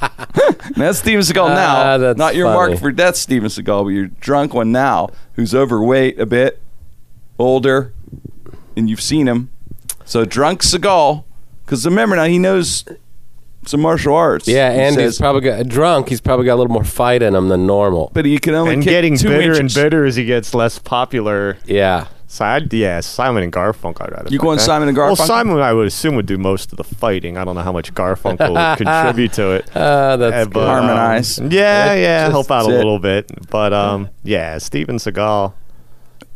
Speaker 1: Now, that's Steven Seagal
Speaker 5: Ah,
Speaker 1: now.
Speaker 5: that's
Speaker 1: not your
Speaker 5: funny.
Speaker 1: mark for death, Steven Seagal, but your drunk one now, who's overweight a bit, older, and you've seen him. So drunk Seagal, because remember now he knows some martial arts.
Speaker 5: Yeah,
Speaker 1: He
Speaker 5: and
Speaker 1: says,
Speaker 5: he's probably got, drunk. He's probably got a little more fight in him than normal.
Speaker 1: but he can only
Speaker 4: and
Speaker 1: kick
Speaker 4: getting
Speaker 1: two
Speaker 4: bitter and
Speaker 1: inches.
Speaker 4: bitter as he gets less popular.
Speaker 5: Yeah,
Speaker 4: So I'd, yeah, Simon and Garfunkel. I'd rather
Speaker 1: You
Speaker 4: fight
Speaker 1: going
Speaker 4: that.
Speaker 1: Simon and
Speaker 4: Well,
Speaker 1: Garfunkel?
Speaker 4: Simon, I would assume, would do most of the fighting. I don't know how much Garfunkel would contribute to it.
Speaker 5: uh,
Speaker 4: Eh,
Speaker 5: that's
Speaker 4: but,
Speaker 5: good.
Speaker 4: um,
Speaker 1: Harmonize.
Speaker 4: yeah, yeah,
Speaker 5: just-
Speaker 4: help out a
Speaker 1: that's it.
Speaker 4: little bit. But um, yeah, Steven Seagal.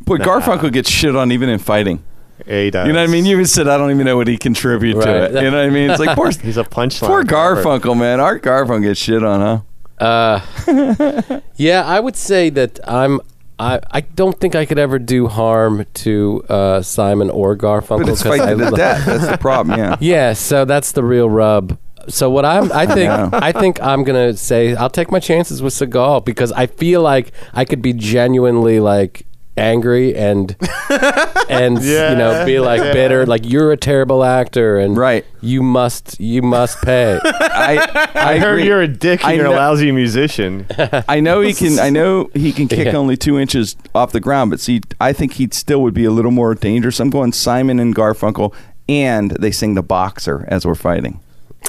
Speaker 1: Boy,
Speaker 4: Nah.
Speaker 1: Garfunkel gets shit on even in fighting.
Speaker 4: Yeah, he does.
Speaker 1: You know what I mean? You even said I don't even know what he contributed to it.
Speaker 5: Right.
Speaker 1: You know what I mean? It's like poor,
Speaker 4: He's a punchline.
Speaker 1: poor
Speaker 4: cover.
Speaker 1: Garfunkel, man. Art Garfunkel gets shit on, huh?
Speaker 5: Uh, yeah, I would say that I'm. I, I don't think I could ever do harm to uh, Simon or Garfunkel.
Speaker 1: But it's
Speaker 5: 'cause I
Speaker 1: fighting to
Speaker 5: lo-
Speaker 1: death. That's the problem. Yeah.
Speaker 5: Yeah, so that's the real rub. So what I'm, I think,
Speaker 1: know.
Speaker 5: I think I'm gonna say I'll take my chances with Seagal because I feel like I could be genuinely like angry and and
Speaker 4: Yeah,
Speaker 5: you know be like
Speaker 4: yeah.
Speaker 5: bitter, like you're a terrible actor and
Speaker 1: Right.
Speaker 5: you must you must pay.
Speaker 1: I, I,
Speaker 4: I heard
Speaker 1: agree.
Speaker 4: you're a dick and
Speaker 1: I
Speaker 4: you're a
Speaker 1: know-
Speaker 4: lousy musician.
Speaker 1: I know he can. I know he can kick
Speaker 5: Yeah.
Speaker 1: only two inches off the ground, but see, I think he still would be a little more dangerous. I'm going Simon and Garfunkel, and they sing the boxer as we're fighting.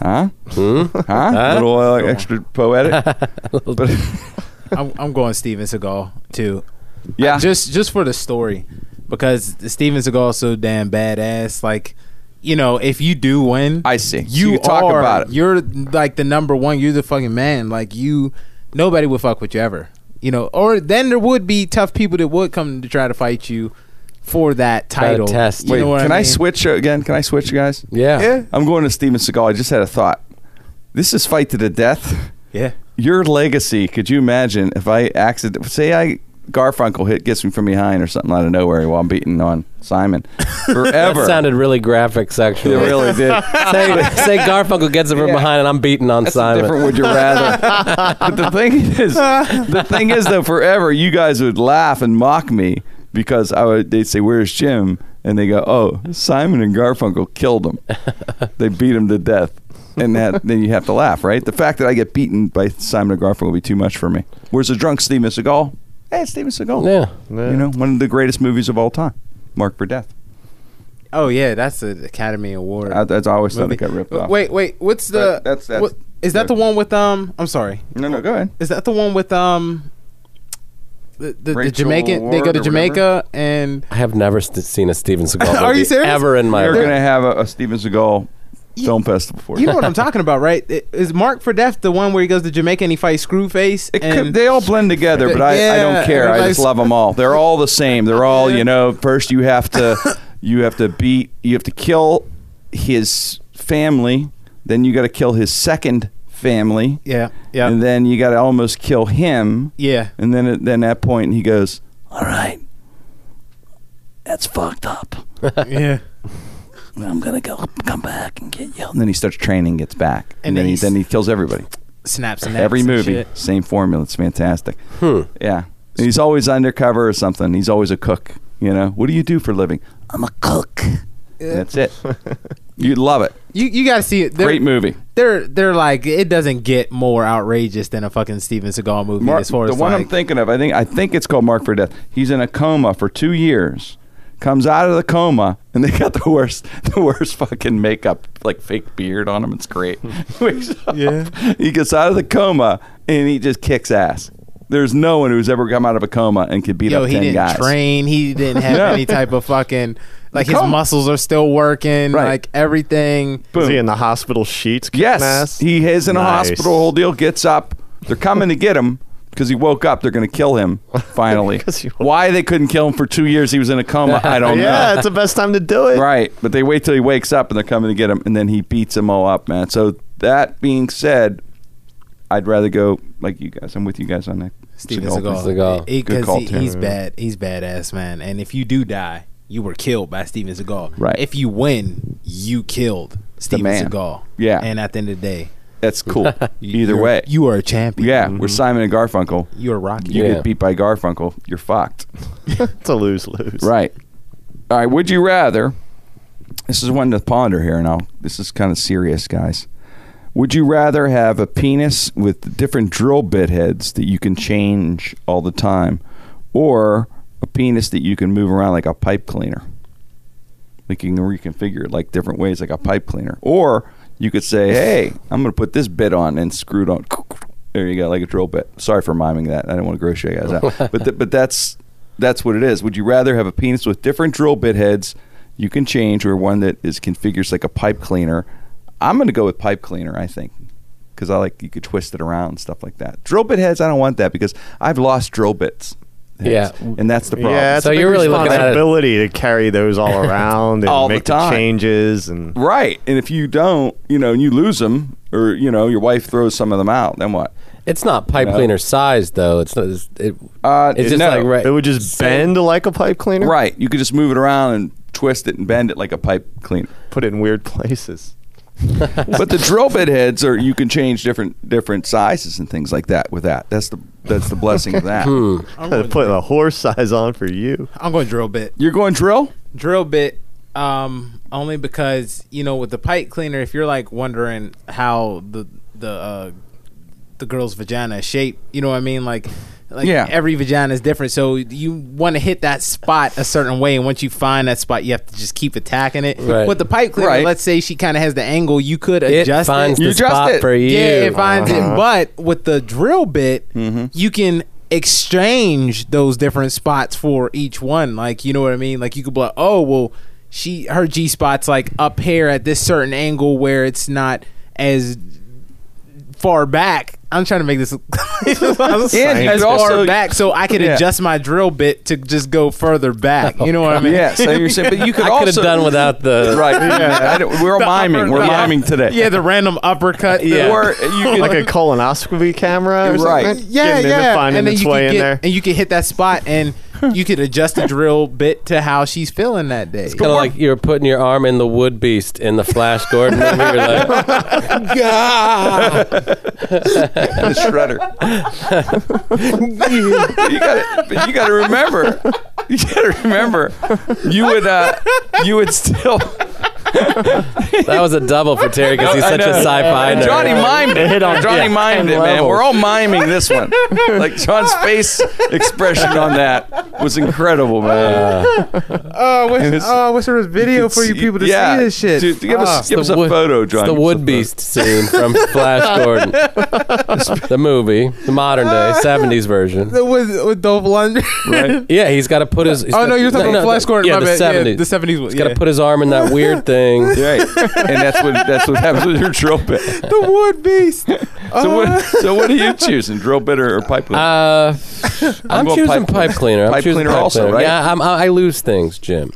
Speaker 1: Huh? Huh? A little uh, extra poetic. but,
Speaker 3: I'm, I'm going Steven Seagal too.
Speaker 1: yeah.
Speaker 3: just just for the story, because Steven Seagal's so damn badass. Like, you know, if you do win,
Speaker 1: I see. So
Speaker 3: You
Speaker 1: you talk
Speaker 3: are-
Speaker 1: about it.
Speaker 3: You're like the number one. You're the fucking man. Like you, nobody would fuck with you ever. You know, or then there would be tough people that would come to try to fight you for that
Speaker 5: to
Speaker 3: title.
Speaker 5: test
Speaker 3: You
Speaker 5: you.
Speaker 1: Wait,
Speaker 3: know what
Speaker 1: can I,
Speaker 3: mean?
Speaker 1: switch uh, again? Can I switch, guys?
Speaker 5: Yeah. Yeah.
Speaker 1: I'm going to Steven Seagal. I just had a thought. This is fight to the death.
Speaker 3: Yeah.
Speaker 1: Your legacy. Could you imagine if I accident? Say I Garfunkel hit gets me from behind or something out of nowhere while I'm beating on Simon forever.
Speaker 5: That sounded really graphic,
Speaker 1: it
Speaker 5: sexually.
Speaker 1: really did.
Speaker 5: say, say Garfunkel gets it from
Speaker 1: Yeah.
Speaker 5: behind and I'm beating on
Speaker 1: That's a
Speaker 5: Simon.
Speaker 1: different would you rather. but the thing is, the thing is though, forever you guys would laugh and mock me because I would. They'd say, "Where's Jim?" And they go, "Oh, Simon and Garfunkel killed him. they beat him to death." And that, then you have to laugh, right? The fact that I get beaten by Simon and Garfunkel would be too much for me. Where's the drunk Steven Seagal? Hey, it's Steven Seagal.
Speaker 5: Yeah.
Speaker 4: Yeah.
Speaker 1: You know, one of the greatest movies of all time, Mark for Death.
Speaker 3: Oh yeah, that's an Academy Award.
Speaker 1: I, that's I always thought
Speaker 3: movie.
Speaker 1: it got ripped off.
Speaker 3: Wait, wait. What's the?
Speaker 1: That- that's- that's-
Speaker 3: what- is that the one with um? I'm sorry.
Speaker 1: no, no, go ahead.
Speaker 3: Is that the one with um the, the, the
Speaker 1: Rachel
Speaker 3: Jamaican? they go
Speaker 1: Ward
Speaker 3: to
Speaker 1: or
Speaker 3: Jamaica and
Speaker 5: I have never st- seen a Steven Seagal movie
Speaker 3: Are you serious?
Speaker 5: ever in my
Speaker 1: We're
Speaker 5: life.
Speaker 1: going to have a, a Steven Seagal film festival for
Speaker 3: you know what I'm talking about, right? I- Is Mark for Death the one where he goes to Jamaica and he fights Screwface?
Speaker 1: It
Speaker 3: and
Speaker 1: could, they all blend together, but I, I
Speaker 3: Yeah,
Speaker 1: don't care. I
Speaker 3: everybody's-
Speaker 1: just love them all. They're all the same. They're all you know. First, you have to you have to beat you have to kill his family. Then you got to kill his second family.
Speaker 3: yeah, yeah,
Speaker 1: And then you got to almost kill him.
Speaker 3: yeah.
Speaker 1: And then at then that point he goes, "All right, that's fucked up.
Speaker 3: yeah.
Speaker 1: I'm gonna go come back and get you." And then he starts training, gets back, and,
Speaker 3: And
Speaker 1: then,
Speaker 3: then
Speaker 1: he
Speaker 3: he's-
Speaker 1: then he kills everybody.
Speaker 3: Snaps and
Speaker 1: Every
Speaker 3: necks and
Speaker 1: movie,
Speaker 3: shit.
Speaker 1: same formula. It's fantastic. Yeah, And he's always undercover or something. He's always a cook. You know, what do you do for a living? I'm a cook. That's it. You'd love it.
Speaker 3: You you gotta see it. They're,
Speaker 1: Great movie.
Speaker 3: They're they're like it doesn't get more outrageous than a fucking Steven Seagal movie
Speaker 1: Mark-
Speaker 3: as far as
Speaker 1: the one
Speaker 3: like,
Speaker 1: I'm thinking of, I think I think it's called Mark for Death. He's in a coma for two years, comes out of the coma, and they got the worst, the worst fucking makeup, like fake beard on him. It's great. Wakes up, he gets out of the coma and he just kicks ass. There's no one who's ever come out of a coma and can beat
Speaker 3: yo
Speaker 1: up
Speaker 3: he
Speaker 1: ten
Speaker 3: didn't
Speaker 1: guys.
Speaker 3: train. He didn't have any type of fucking like his
Speaker 1: Come-
Speaker 3: muscles are still working.
Speaker 1: Right.
Speaker 3: Like everything.
Speaker 4: Is he in the hospital sheets? kicking
Speaker 1: Yes,
Speaker 4: ass?
Speaker 1: he is in a
Speaker 4: Nice.
Speaker 1: hospital. Whole deal gets up. They're coming to get him because he woke up. They're going to kill him finally.
Speaker 4: 'Cause he woke-
Speaker 1: Why they couldn't kill him for two years? He was in a coma. I don't
Speaker 4: Yeah, it's the best time to do it.
Speaker 1: know. Right, but they wait till he wakes up and they're coming to get him, and then he beats them all up, man. So that being said, I'd rather go like you guys. I'm with you guys on that.
Speaker 3: Steven
Speaker 1: Seagal.
Speaker 3: Seagal.
Speaker 5: Seagal.
Speaker 3: He-
Speaker 1: Good
Speaker 3: 'cause
Speaker 1: call,
Speaker 3: he-
Speaker 1: Tim.
Speaker 3: he's bad. He's badass, man. And if you do die, you were killed by Steven Seagal.
Speaker 1: Right.
Speaker 3: If you win, you killed Steven
Speaker 1: man.
Speaker 3: Seagal.
Speaker 1: Yeah.
Speaker 3: And at the end of the day,
Speaker 1: That's cool.
Speaker 3: you-
Speaker 1: Either
Speaker 3: you're-
Speaker 1: way,
Speaker 3: you are a champion.
Speaker 1: yeah, we're Simon and Garfunkel.
Speaker 3: You are Rocky.
Speaker 1: You
Speaker 5: Yeah.
Speaker 1: get beat by Garfunkel, you're fucked.
Speaker 4: It's a lose lose.
Speaker 1: Right. All right. Would you rather? This is one to ponder here, and I'll. This is kind of serious, guys. Would you rather have a penis with different drill bit heads that you can change all the time, or a penis that you can move around like a pipe cleaner? Like you can reconfigure it like different ways, like a pipe cleaner, or You could say, "Hey, I'm going to put this bit on and screwed on." There you go, like a drill bit. Sorry for miming that. I didn't want to gross you guys out, but th- but that's that's what it is. Would you rather have a penis with different drill bit heads you can change, or one that is configured like a pipe cleaner? I'm going to go with pipe cleaner. I think because I like you could twist it around and stuff like that. Drill bit heads, I don't want that because I've lost drill bits.
Speaker 5: Yeah.
Speaker 1: and that's the problem.
Speaker 4: Yeah,
Speaker 5: it's So a big you're really looking at it-
Speaker 4: responsibility to carry those all around and
Speaker 1: All the
Speaker 4: make
Speaker 1: time.
Speaker 4: changes and
Speaker 1: Right. And if you don't, you know, and you lose them, or you know, your wife throws some of them out, then what?
Speaker 5: It's not pipe
Speaker 1: No.
Speaker 5: cleaner size though. It's not. It's, it,
Speaker 1: Uh,
Speaker 5: it's just
Speaker 1: no.
Speaker 5: like right.
Speaker 4: it would just bend like a pipe cleaner.
Speaker 1: Right. You could just move it around and twist it and bend it like a pipe cleaner.
Speaker 4: Put it in weird places.
Speaker 1: but the drill bit heads are you can change different different sizes and things like that with that. That's the that's the blessing of that.
Speaker 3: I'm going,
Speaker 4: Put a horse size on for you.
Speaker 3: I'm going drill bit.
Speaker 1: You're going drill?
Speaker 3: drill bit um only because you know with the pipe cleaner if you're like wondering how the the uh the girl's vagina is shaped you know what i mean like like
Speaker 1: Yeah.
Speaker 3: every vagina is different so you want to hit that spot a certain way and once you find that spot you have to just keep attacking it
Speaker 5: Right.
Speaker 3: with the pipe cleaner
Speaker 1: Right.
Speaker 3: let's say she kind of has the angle you could
Speaker 5: it
Speaker 3: adjust
Speaker 5: finds
Speaker 3: it
Speaker 1: You
Speaker 5: the
Speaker 1: adjust
Speaker 5: spot
Speaker 1: it.
Speaker 5: for you.
Speaker 3: yeah it finds it
Speaker 1: Uh-huh.
Speaker 3: but with the drill bit
Speaker 1: Mm-hmm.
Speaker 3: you can exchange those different spots for each one like you know what i mean like you could be like oh well she her g spot's like up here at this certain angle where it's not as far back i'm trying to make this
Speaker 1: And you
Speaker 3: as
Speaker 1: could
Speaker 3: far
Speaker 1: also-
Speaker 3: back so i could
Speaker 1: Yeah.
Speaker 3: adjust my drill bit to just go further back you know what i mean
Speaker 1: Yeah, so you're saying, but you could
Speaker 5: I could have
Speaker 1: also
Speaker 5: done without the.
Speaker 1: Right. I don't- we're
Speaker 3: The
Speaker 1: miming.
Speaker 3: upper-
Speaker 1: We're
Speaker 3: the-
Speaker 1: miming today.
Speaker 3: yeah the random uppercut
Speaker 5: Yeah.
Speaker 1: Or you could
Speaker 4: Like a colonoscopy camera or
Speaker 1: Right.
Speaker 4: something.
Speaker 3: Yeah,
Speaker 4: Getting in
Speaker 3: yeah.
Speaker 4: there, finding
Speaker 3: and then
Speaker 4: its
Speaker 3: you
Speaker 4: way
Speaker 3: could
Speaker 4: in
Speaker 3: get,
Speaker 4: there.
Speaker 3: and you could hit that spot, and you could adjust the drill bit to how she's feeling that day.
Speaker 5: Kind of like you're putting your arm in the wood beast in the Flash Gordon movie. You're like,
Speaker 3: Oh,
Speaker 1: the shredder. you got to, you got to remember. You got to remember. You would, uh, you would still.
Speaker 5: that was a double for Terry because he's
Speaker 1: I
Speaker 5: such a
Speaker 1: know.
Speaker 5: sci-fi nerd.
Speaker 1: Johnny mimed it.
Speaker 4: It hit on-
Speaker 1: Johnny
Speaker 4: yeah,
Speaker 1: mimed
Speaker 4: ten
Speaker 1: it, man.
Speaker 4: levels.
Speaker 1: We're all miming this one. Like John's face expression on that was incredible, man.
Speaker 5: Uh,
Speaker 3: oh,
Speaker 1: And
Speaker 3: what's,
Speaker 1: it's-
Speaker 3: oh, what's there video for you people to
Speaker 1: yeah,
Speaker 3: see this shit?
Speaker 1: Dude, give
Speaker 3: Ah.
Speaker 1: us, give us
Speaker 5: the
Speaker 1: a
Speaker 5: wood-
Speaker 1: photo, John.
Speaker 5: It's the
Speaker 1: Give us a
Speaker 5: wood
Speaker 1: photo.
Speaker 5: beast scene from Flash Gordon, the movie, the modern day '70s version.
Speaker 3: Ah. with with Dolph Lundgren.
Speaker 5: Yeah, he's got to put his. he's
Speaker 3: oh
Speaker 5: got-
Speaker 3: no, you're talking about Flash
Speaker 5: the-
Speaker 3: Gordon. my
Speaker 5: Yeah, the
Speaker 3: bad. Yeah,
Speaker 5: '70s.
Speaker 3: the seventies one.
Speaker 5: He's got
Speaker 3: yeah.
Speaker 5: to put his arm in that weird thing.
Speaker 1: Right, and that's what that's what happens with your drill bit. So
Speaker 3: the wood beast. Uh,
Speaker 1: what? So what are you choosing, drill bit or, or pipe? lid?
Speaker 5: Uh, I'm,
Speaker 1: going
Speaker 5: choosing
Speaker 1: pipe cleaner.
Speaker 5: pipe cleaner. I'm
Speaker 1: Pipe
Speaker 5: choosing
Speaker 1: cleaner
Speaker 5: pipe
Speaker 1: also,
Speaker 5: cleaner.
Speaker 1: right?
Speaker 5: Yeah, I'm, I I lose things, Jim.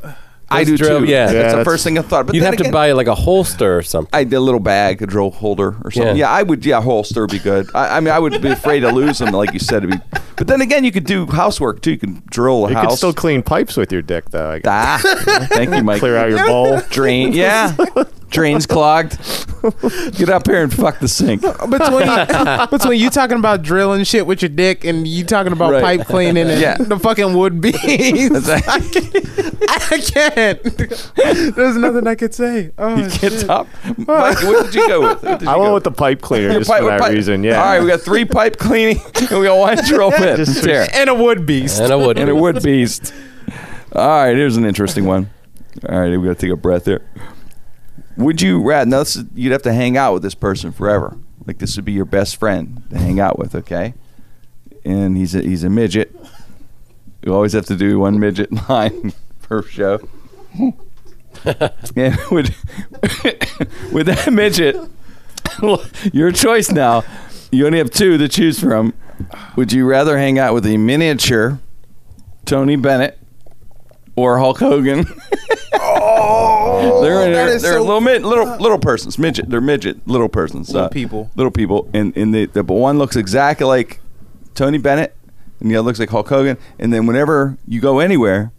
Speaker 1: I
Speaker 5: Those
Speaker 1: do
Speaker 5: drill-
Speaker 1: too.
Speaker 5: yeah.
Speaker 1: that's,
Speaker 5: Yeah,
Speaker 1: the
Speaker 4: that's-
Speaker 1: first thing I thought. But
Speaker 5: You'd
Speaker 1: then
Speaker 5: have to
Speaker 1: again-
Speaker 5: buy like a holster or something.
Speaker 1: I did a little bag, a drill holder or something. Yeah,
Speaker 5: Yeah.
Speaker 1: I would. Yeah, holster would be good. I, I mean, I would be afraid to lose them, like you said. To be, but then again, you could do housework too. You can drill a
Speaker 4: You
Speaker 1: house.
Speaker 4: could still clean pipes with your dick, though. I guess.
Speaker 1: ah, thank you, Mike.
Speaker 4: Clear out your bowl.
Speaker 1: drain. Yeah, drains clogged. Get up here and fuck the sink.
Speaker 3: between between you talking about drilling shit with your dick and you talking about
Speaker 1: Right.
Speaker 3: pipe cleaning and
Speaker 1: Yeah.
Speaker 3: the fucking wood beast. I can't. I can't. There's nothing I could say. Oh, shit.
Speaker 1: Get up, Mike. What did you go with? What did
Speaker 4: I
Speaker 1: you
Speaker 4: went
Speaker 1: go
Speaker 4: with the pipe cleaner
Speaker 1: Your
Speaker 4: just
Speaker 1: pipe-
Speaker 4: for that
Speaker 1: pipe-
Speaker 4: reason. Yeah.
Speaker 1: All right, we got three pipe cleaning and we got one drill bit.
Speaker 4: Just-
Speaker 1: There.
Speaker 3: and a wood beast.
Speaker 5: And I would.
Speaker 1: and a wood beast. All right, here's an interesting one. All right, we got to take a breath here. Would you rather? Now, this is, you'd have to hang out with this person forever. Like this would be your best friend to hang out with. Okay, and he's a, he's a midget. You always have to do one midget line per show. and would with that midget, your choice now. You only have two to choose from. Would you rather hang out with a miniature Tony Bennett or Hulk Hogan? they're
Speaker 3: Oh, that
Speaker 1: they're,
Speaker 3: is
Speaker 1: they're
Speaker 3: so-
Speaker 1: little mid, little little persons, midget. They're midget little persons, Uh,
Speaker 3: Little people.
Speaker 1: little people. And and the, the but one looks exactly like Tony Bennett, and the other looks like Hulk Hogan. And then whenever you go anywhere.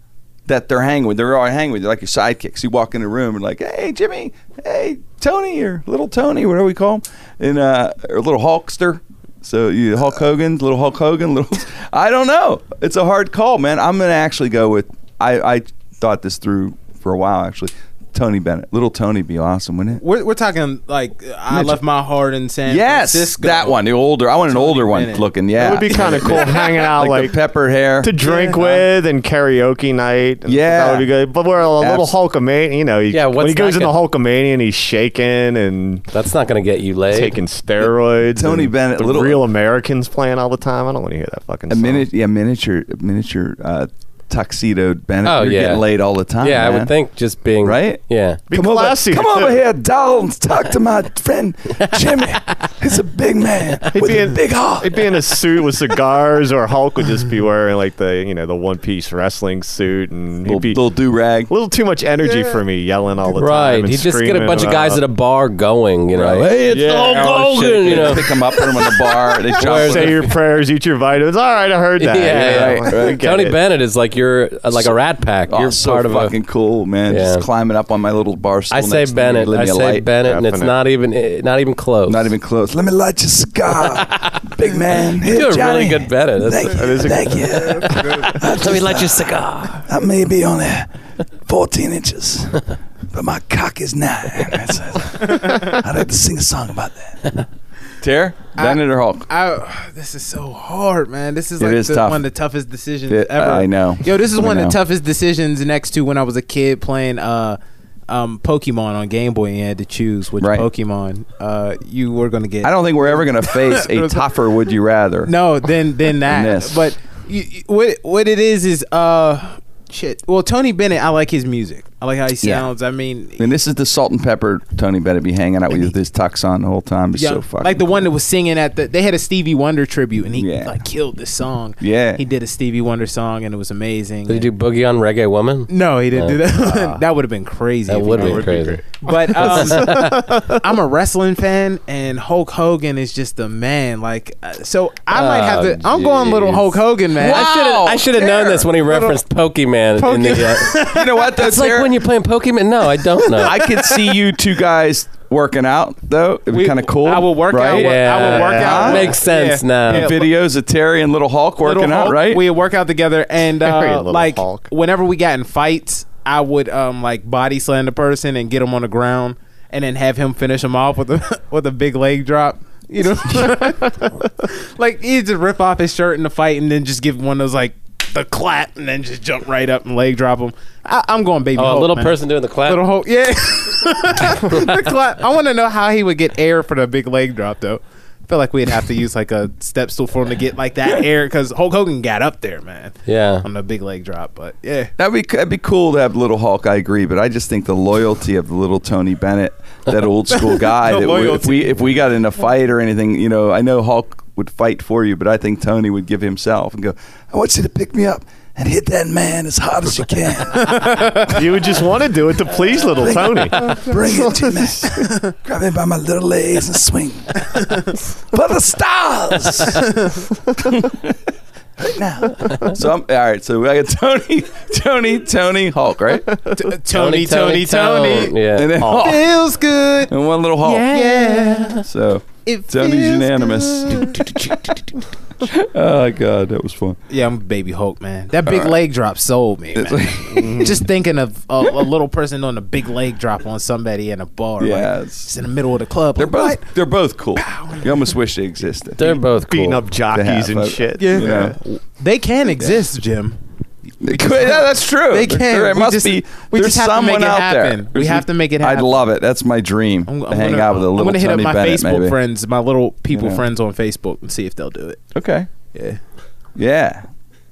Speaker 1: That they're hanging with, they're all hanging with. They're like your sidekicks. You walk in the room and like, hey Jimmy, hey Tony, or little Tony, whatever we call him, and uh, or little Hulkster. So you Hulk Hogan, little Hulk Hogan, little. I don't know. It's a hard call, man. I'm gonna actually go with. I I thought this through for a while actually. Tony Bennett. Little Tony be awesome, wouldn't it?
Speaker 3: We're, we're talking like I left my heart in San
Speaker 1: Yes,
Speaker 3: Francisco.
Speaker 1: that one. The older. I want an older one
Speaker 3: Bennett.
Speaker 1: looking. Yeah,
Speaker 4: It would be kind of cool hanging out
Speaker 1: like,
Speaker 4: like,
Speaker 1: the pepper hair.
Speaker 4: to drink with and karaoke night. and
Speaker 1: Yeah.
Speaker 4: that would be good. But we're a little
Speaker 1: Abs-
Speaker 4: Hulkamania. You know, he,
Speaker 5: Yeah,
Speaker 4: when
Speaker 5: what's
Speaker 4: he goes
Speaker 5: not
Speaker 4: into
Speaker 5: good-
Speaker 4: Hulkamania, and he's shaking and
Speaker 5: That's not going to get you laid.
Speaker 4: taking steroids.
Speaker 1: Tony
Speaker 4: and
Speaker 1: Bennett,
Speaker 4: the
Speaker 1: little-
Speaker 4: real Americans playing all the time. I don't want to hear that fucking.
Speaker 1: a
Speaker 4: song.
Speaker 1: mini, yeah, miniature, miniature uh, tuxedoed Bennett.
Speaker 5: Oh,
Speaker 1: You're
Speaker 5: yeah.
Speaker 1: getting laid all the time.
Speaker 5: yeah, I
Speaker 1: man.
Speaker 5: would think just being
Speaker 1: Right?
Speaker 5: Yeah.
Speaker 4: Be classy.
Speaker 1: Over, come over here, doll, and talk to my friend Jimmy. He's a big man with
Speaker 4: be
Speaker 1: a
Speaker 4: in-
Speaker 1: big heart.
Speaker 4: He'd be in a suit with cigars, or Hulk would just be wearing like the you know the one piece wrestling suit, and he'd
Speaker 1: Little,
Speaker 4: be
Speaker 1: little do rag.
Speaker 4: a little too much energy for me, yelling all the time.
Speaker 5: Right.
Speaker 4: and
Speaker 5: He just get a
Speaker 4: screaming
Speaker 5: bunch of guys
Speaker 1: uh,
Speaker 4: about-
Speaker 5: at a bar going, you know.
Speaker 4: Right.
Speaker 5: Hey, it's
Speaker 4: Yeah.
Speaker 5: Hulk
Speaker 1: Oh,
Speaker 5: Hogan, you know.
Speaker 1: pick him up, put him on the bar. They jump.
Speaker 5: Where's
Speaker 1: with
Speaker 4: Say
Speaker 1: him.
Speaker 4: your prayers, eat your vitamins. All right, I heard
Speaker 5: Yeah,
Speaker 4: that.
Speaker 5: yeah,
Speaker 4: you know,
Speaker 5: right.
Speaker 4: I get
Speaker 5: Tony
Speaker 4: it.
Speaker 5: Bennett is like you're uh, like a rat pack.
Speaker 1: Oh,
Speaker 5: you're
Speaker 1: so
Speaker 5: part of a.
Speaker 1: fucking cool, man. Just
Speaker 5: Yeah.
Speaker 1: climbing up on my little bar stool.
Speaker 5: I say
Speaker 1: next to me,
Speaker 5: Bennett.
Speaker 1: let
Speaker 5: I
Speaker 1: me a
Speaker 5: say
Speaker 1: light.
Speaker 5: Bennett, and it's
Speaker 4: Definite.
Speaker 5: not even eh, not even close.
Speaker 1: Not even close. Let me light your cigar, big man. Hey,
Speaker 5: do a really
Speaker 1: Johnny.
Speaker 5: good Bennett. That's-
Speaker 1: Thank
Speaker 4: that
Speaker 1: you.
Speaker 4: is a-
Speaker 1: Thank you.
Speaker 5: Let me light your cigar.
Speaker 1: I may be only 14 inches, but my cock is nine. That's- I'd like to sing a song about that. Tear? Bennett or Hulk?
Speaker 3: I, this is so hard, man. This is
Speaker 1: It
Speaker 3: like
Speaker 1: is
Speaker 3: the,
Speaker 1: tough.
Speaker 3: one of the toughest decisions
Speaker 1: It-
Speaker 3: ever.
Speaker 1: I know.
Speaker 3: Yo, this is
Speaker 1: I
Speaker 3: one of
Speaker 1: know.
Speaker 3: the toughest decisions next to when I was a kid playing uh, um, Pokemon on Game Boy and you had to choose which
Speaker 1: Right.
Speaker 3: Pokemon uh, you were going to get.
Speaker 1: I don't think we're ever going to face a tougher would you rather.
Speaker 3: No, then then that.
Speaker 1: this.
Speaker 3: But you, you- what what it is is uh shit. Well, Tony Bennett, I like his music. I like how he
Speaker 1: Yeah.
Speaker 3: sounds. I mean,
Speaker 1: And this is the salt and pepper Tony Bennett be hanging out with you with his tux on the whole time. He's
Speaker 3: yeah,
Speaker 1: so fucking
Speaker 3: like the one that was singing at the. They had a Stevie Wonder tribute, and he
Speaker 1: Yeah.
Speaker 3: like killed this song.
Speaker 1: Yeah.
Speaker 3: he did a Stevie Wonder song, and it was amazing.
Speaker 5: Did he do Boogie on Reggae Woman?
Speaker 3: No, he didn't do that. that would have been crazy.
Speaker 5: That
Speaker 3: if he
Speaker 5: would
Speaker 3: did.
Speaker 5: be crazy.
Speaker 3: But um, I'm a wrestling fan, and Hulk Hogan is just the man. Like, uh, so I might have to. I'm going little
Speaker 5: jeez.
Speaker 3: Hulk Hogan, man.
Speaker 5: I should
Speaker 1: Oh,
Speaker 5: have I should have known this when he referenced Pokemon. In the, uh,
Speaker 1: you know what?
Speaker 5: it's like when you're playing Pokemon. No, I don't know.
Speaker 1: I could see you two guys working out though. It'd be
Speaker 3: We-
Speaker 1: kind of cool.
Speaker 3: I will work
Speaker 1: right?
Speaker 3: out. I will-
Speaker 5: yeah,
Speaker 3: I will work
Speaker 1: out.
Speaker 5: Makes sense
Speaker 3: Yeah.
Speaker 5: now.
Speaker 3: Yeah.
Speaker 1: Videos of Terry and Little Hulk working
Speaker 3: Little
Speaker 1: out,
Speaker 3: Hulk,
Speaker 1: right?
Speaker 3: We would work out together, and
Speaker 4: Very
Speaker 3: uh,
Speaker 4: little
Speaker 3: like
Speaker 4: Hulk.
Speaker 3: whenever we got in fights, I would um like body slam the person and get him on the ground, and then have him finish him off with a with a big leg drop. You know, like he just rip off his shirt in the fight, and then just give one of those like the clap, and then just jump right up and leg drop him. I, I'm going baby.
Speaker 5: oh,
Speaker 3: Hulk,
Speaker 5: a little
Speaker 3: man.
Speaker 5: person doing the clap.
Speaker 3: Little Hulk, yeah. the clap. I want to know how he would get air for the big leg drop, though. I feel like we'd have to use like a step stool for him to get like that air because Hulk Hogan got up there, man.
Speaker 5: Yeah.
Speaker 3: on the big leg drop, but yeah,
Speaker 1: That'd be that'd be cool to have Little Hulk. I agree, but I just think the loyalty of the little Tony Bennett, that old school guy.
Speaker 3: The
Speaker 1: that we, if
Speaker 3: loyalty.
Speaker 1: we if we got in a fight or anything, you know, I know Hulk would fight for you, but I think Tony would give himself and go. I want you to pick me up and hit that man as hard as you can.
Speaker 4: You would just want to do it to please little Tony.
Speaker 1: Bring it to me. Grab me by my little legs and swing. For the stars. right now. So I'm all right. So I got Tony, Tony, Tony, Hulk, right?
Speaker 3: T- Tony, Tony, Tony,
Speaker 5: Tony. Yeah.
Speaker 1: And then Hulk.
Speaker 3: feels good.
Speaker 1: And one little Hulk.
Speaker 3: Yeah,
Speaker 1: So
Speaker 3: it
Speaker 1: Tony's
Speaker 3: feels
Speaker 1: unanimous.
Speaker 3: good.
Speaker 1: Oh god, that was fun.
Speaker 3: yeah, I'm baby Hulk, man. That big leg drop sold me. man. Mm-hmm. Just thinking of a, a little person doing a big leg drop on somebody in a bar,
Speaker 1: Yeah,
Speaker 3: yeah,
Speaker 1: it's-
Speaker 3: just in the middle of the club.
Speaker 1: They're
Speaker 3: like,
Speaker 1: both
Speaker 3: what?
Speaker 1: they're both cool. You almost wish they existed.
Speaker 5: They're both cool.
Speaker 4: Beating up
Speaker 1: To have,
Speaker 4: jockeys and
Speaker 1: uh,
Speaker 4: shit.
Speaker 1: you
Speaker 3: Yeah.
Speaker 1: know.
Speaker 3: They can exist, Jim.
Speaker 1: Yeah, that's true.
Speaker 3: They can.
Speaker 1: There
Speaker 3: We
Speaker 1: must
Speaker 3: just-
Speaker 1: be.
Speaker 3: we
Speaker 1: there's
Speaker 3: just have to
Speaker 1: someone
Speaker 3: make it
Speaker 1: out
Speaker 3: happen.
Speaker 1: there.
Speaker 3: We have to make it
Speaker 1: I'd
Speaker 3: happen.
Speaker 1: love it. That's my dream.
Speaker 3: I'm,
Speaker 1: to
Speaker 3: I'm
Speaker 1: hang
Speaker 3: gonna,
Speaker 1: out with a little
Speaker 3: I'm gonna hit
Speaker 1: Tony
Speaker 3: up my
Speaker 1: Bennett,
Speaker 3: Facebook
Speaker 1: maybe.
Speaker 3: friends, my little people
Speaker 1: know.
Speaker 3: friends on Facebook, and see if they'll do it.
Speaker 1: Okay.
Speaker 3: Yeah.
Speaker 1: Yeah.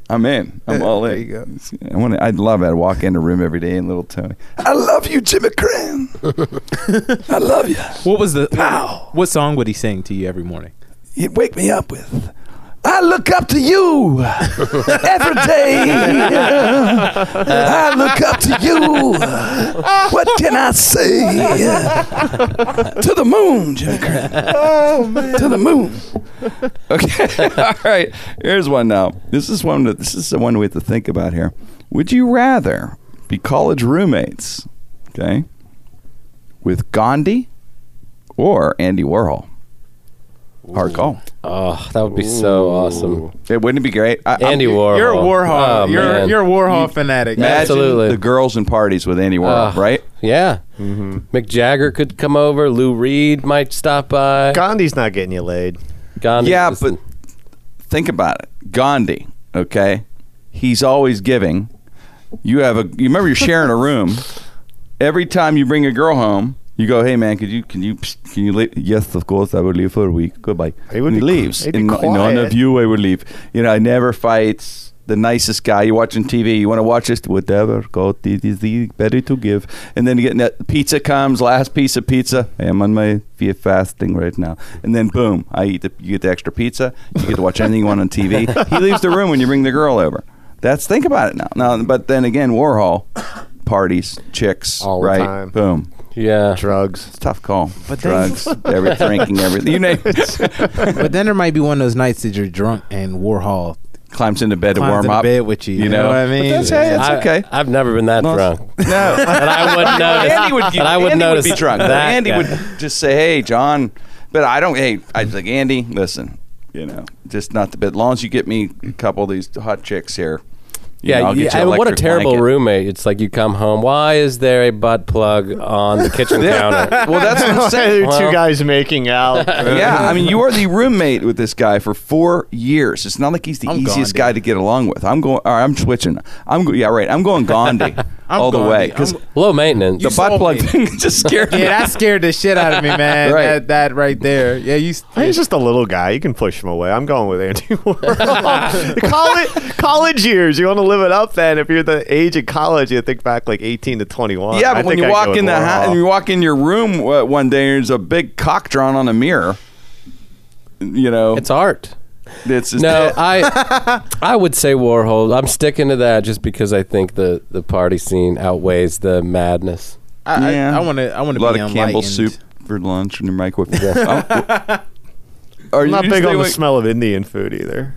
Speaker 1: I'm in. I'm all in.
Speaker 3: there you go.
Speaker 1: I want. I'd love it. I'd walk in the room every day and little Tony. I love you, Jimmy Cram. I love you.
Speaker 3: What was the
Speaker 1: Pow.
Speaker 3: what song would he sing to you every morning?
Speaker 1: you wake me up with. I look up to you every day. I look up to you. What can I say? To the moon, Jimmy Cram. To the moon. Okay. All right. Here's one now. This is one that this is the one we have to think about here. Would you rather be college roommates, okay, with Gandhi or Andy Warhol? Hard call.
Speaker 5: Oh, that would be so awesome.
Speaker 1: It wouldn't it be great. I,
Speaker 5: Andy
Speaker 1: I'm,
Speaker 5: Warhol.
Speaker 3: You're a Warhol.
Speaker 5: Oh,
Speaker 3: you're
Speaker 5: man.
Speaker 3: you're a Warhol fanatic.
Speaker 1: Imagine
Speaker 5: Absolutely. Ah.
Speaker 1: the girls in parties with Andy Warhol,
Speaker 5: Ugh.
Speaker 1: right?
Speaker 5: Yeah.
Speaker 1: Mm-hmm.
Speaker 5: Mick Jagger could come over. Lou Reed might stop by.
Speaker 4: Gandhi's not getting you laid.
Speaker 5: Gandhi
Speaker 1: Yeah,
Speaker 5: is-
Speaker 1: but think about it. Gandhi, okay? He's always giving. You have a you remember you're sharing a room. Every time you bring a girl home, you go, "Hey man, could you can you psst, can you leave?" Yes, of course, I will leave for a week. Goodbye.
Speaker 4: He would
Speaker 1: and he
Speaker 4: be-
Speaker 1: leaves.
Speaker 4: he'd be
Speaker 1: in, in honor of
Speaker 4: quiet.
Speaker 1: you, I will leave. You know, I never fights. The nicest guy. You're watching TV. You want to watch this? Whatever. God, it is the better to give. And then you get that pizza comes. Last piece of pizza. I am on my via fasting right now. And then boom, I eat the. You get the extra pizza. You get to watch anything you want on TV. He leaves the room when you bring the girl over. That's think about it now. Now, but then again, Warhol parties, chicks,
Speaker 4: All the
Speaker 1: right?
Speaker 4: time.
Speaker 1: Boom.
Speaker 5: yeah.
Speaker 4: Drugs.
Speaker 1: It's a tough call. Drugs, every drinking, everything. You name it.
Speaker 3: but then there might be one of those nights that you're drunk and Warhol
Speaker 1: Climbs into bed to
Speaker 3: climbs
Speaker 1: warm
Speaker 3: in
Speaker 1: up.
Speaker 3: bed with you.
Speaker 1: you know?
Speaker 3: what I
Speaker 1: But
Speaker 3: mean?
Speaker 1: that's- hey, it's
Speaker 5: I-
Speaker 1: okay.
Speaker 5: I've never been that
Speaker 1: No.
Speaker 5: drunk.
Speaker 1: No.
Speaker 5: But I would notice.
Speaker 1: Andy would,
Speaker 5: but I would
Speaker 1: Andy
Speaker 5: notice
Speaker 1: be drunk.
Speaker 5: That
Speaker 1: Andy
Speaker 5: guy.
Speaker 1: would just say, "Hey, John," but I don't. Hey, I was like, Andy, listen, you know, just not the bit. As long as you get me a couple of these hot chicks here, you
Speaker 5: Yeah,
Speaker 1: know, I'll
Speaker 5: yeah,
Speaker 1: get you
Speaker 5: and
Speaker 1: an
Speaker 5: what a
Speaker 1: electric
Speaker 5: terrible
Speaker 1: blanket.
Speaker 5: roommate. It's like you come home. Why is there a butt plug on the kitchen counter?
Speaker 1: Well, that's what I'm saying.
Speaker 4: two
Speaker 5: Well-
Speaker 4: guys making out.
Speaker 1: yeah, I mean, you are the roommate with this guy for four years. It's not like he's the
Speaker 3: I'm
Speaker 1: easiest
Speaker 3: Gandhi.
Speaker 1: guy to get along with. I'm going. All right, I'm switching. I'm go, yeah, right. I'm going Gandhi all the
Speaker 3: Gandhi.
Speaker 1: way because
Speaker 3: I'm-
Speaker 5: Low maintenance.
Speaker 1: the butt plug thing just scared me.
Speaker 3: yeah, that scared the shit out of me, man.
Speaker 1: Right.
Speaker 3: That that right there. Yeah, you.
Speaker 4: He's just a little guy. You can push him away. I'm going with Andy Warhol. college, college years. You want to live it up then. If you're the age of college, you think back like 18 to 21.
Speaker 1: Yeah,
Speaker 4: I
Speaker 1: but when
Speaker 4: think
Speaker 1: you
Speaker 4: I'd go
Speaker 1: walk
Speaker 4: with
Speaker 1: in the house,
Speaker 4: Warhol.
Speaker 1: and you walk in your room uh, one day, and there's a big cock drawn on a mirror. You know,
Speaker 5: It's art.
Speaker 1: it's just,
Speaker 5: No, I I would say Warhol. I'm sticking to that just because I think the, the party scene outweighs the madness.
Speaker 3: I,
Speaker 1: Yeah.
Speaker 3: I want to. I want
Speaker 1: a
Speaker 3: to
Speaker 1: lot
Speaker 3: be
Speaker 1: of Campbell's
Speaker 3: enlightened.
Speaker 1: soup for lunch in your microwave. Oh, Are
Speaker 4: I'm not
Speaker 1: you
Speaker 4: big on the
Speaker 1: doing-
Speaker 4: smell of Indian food either.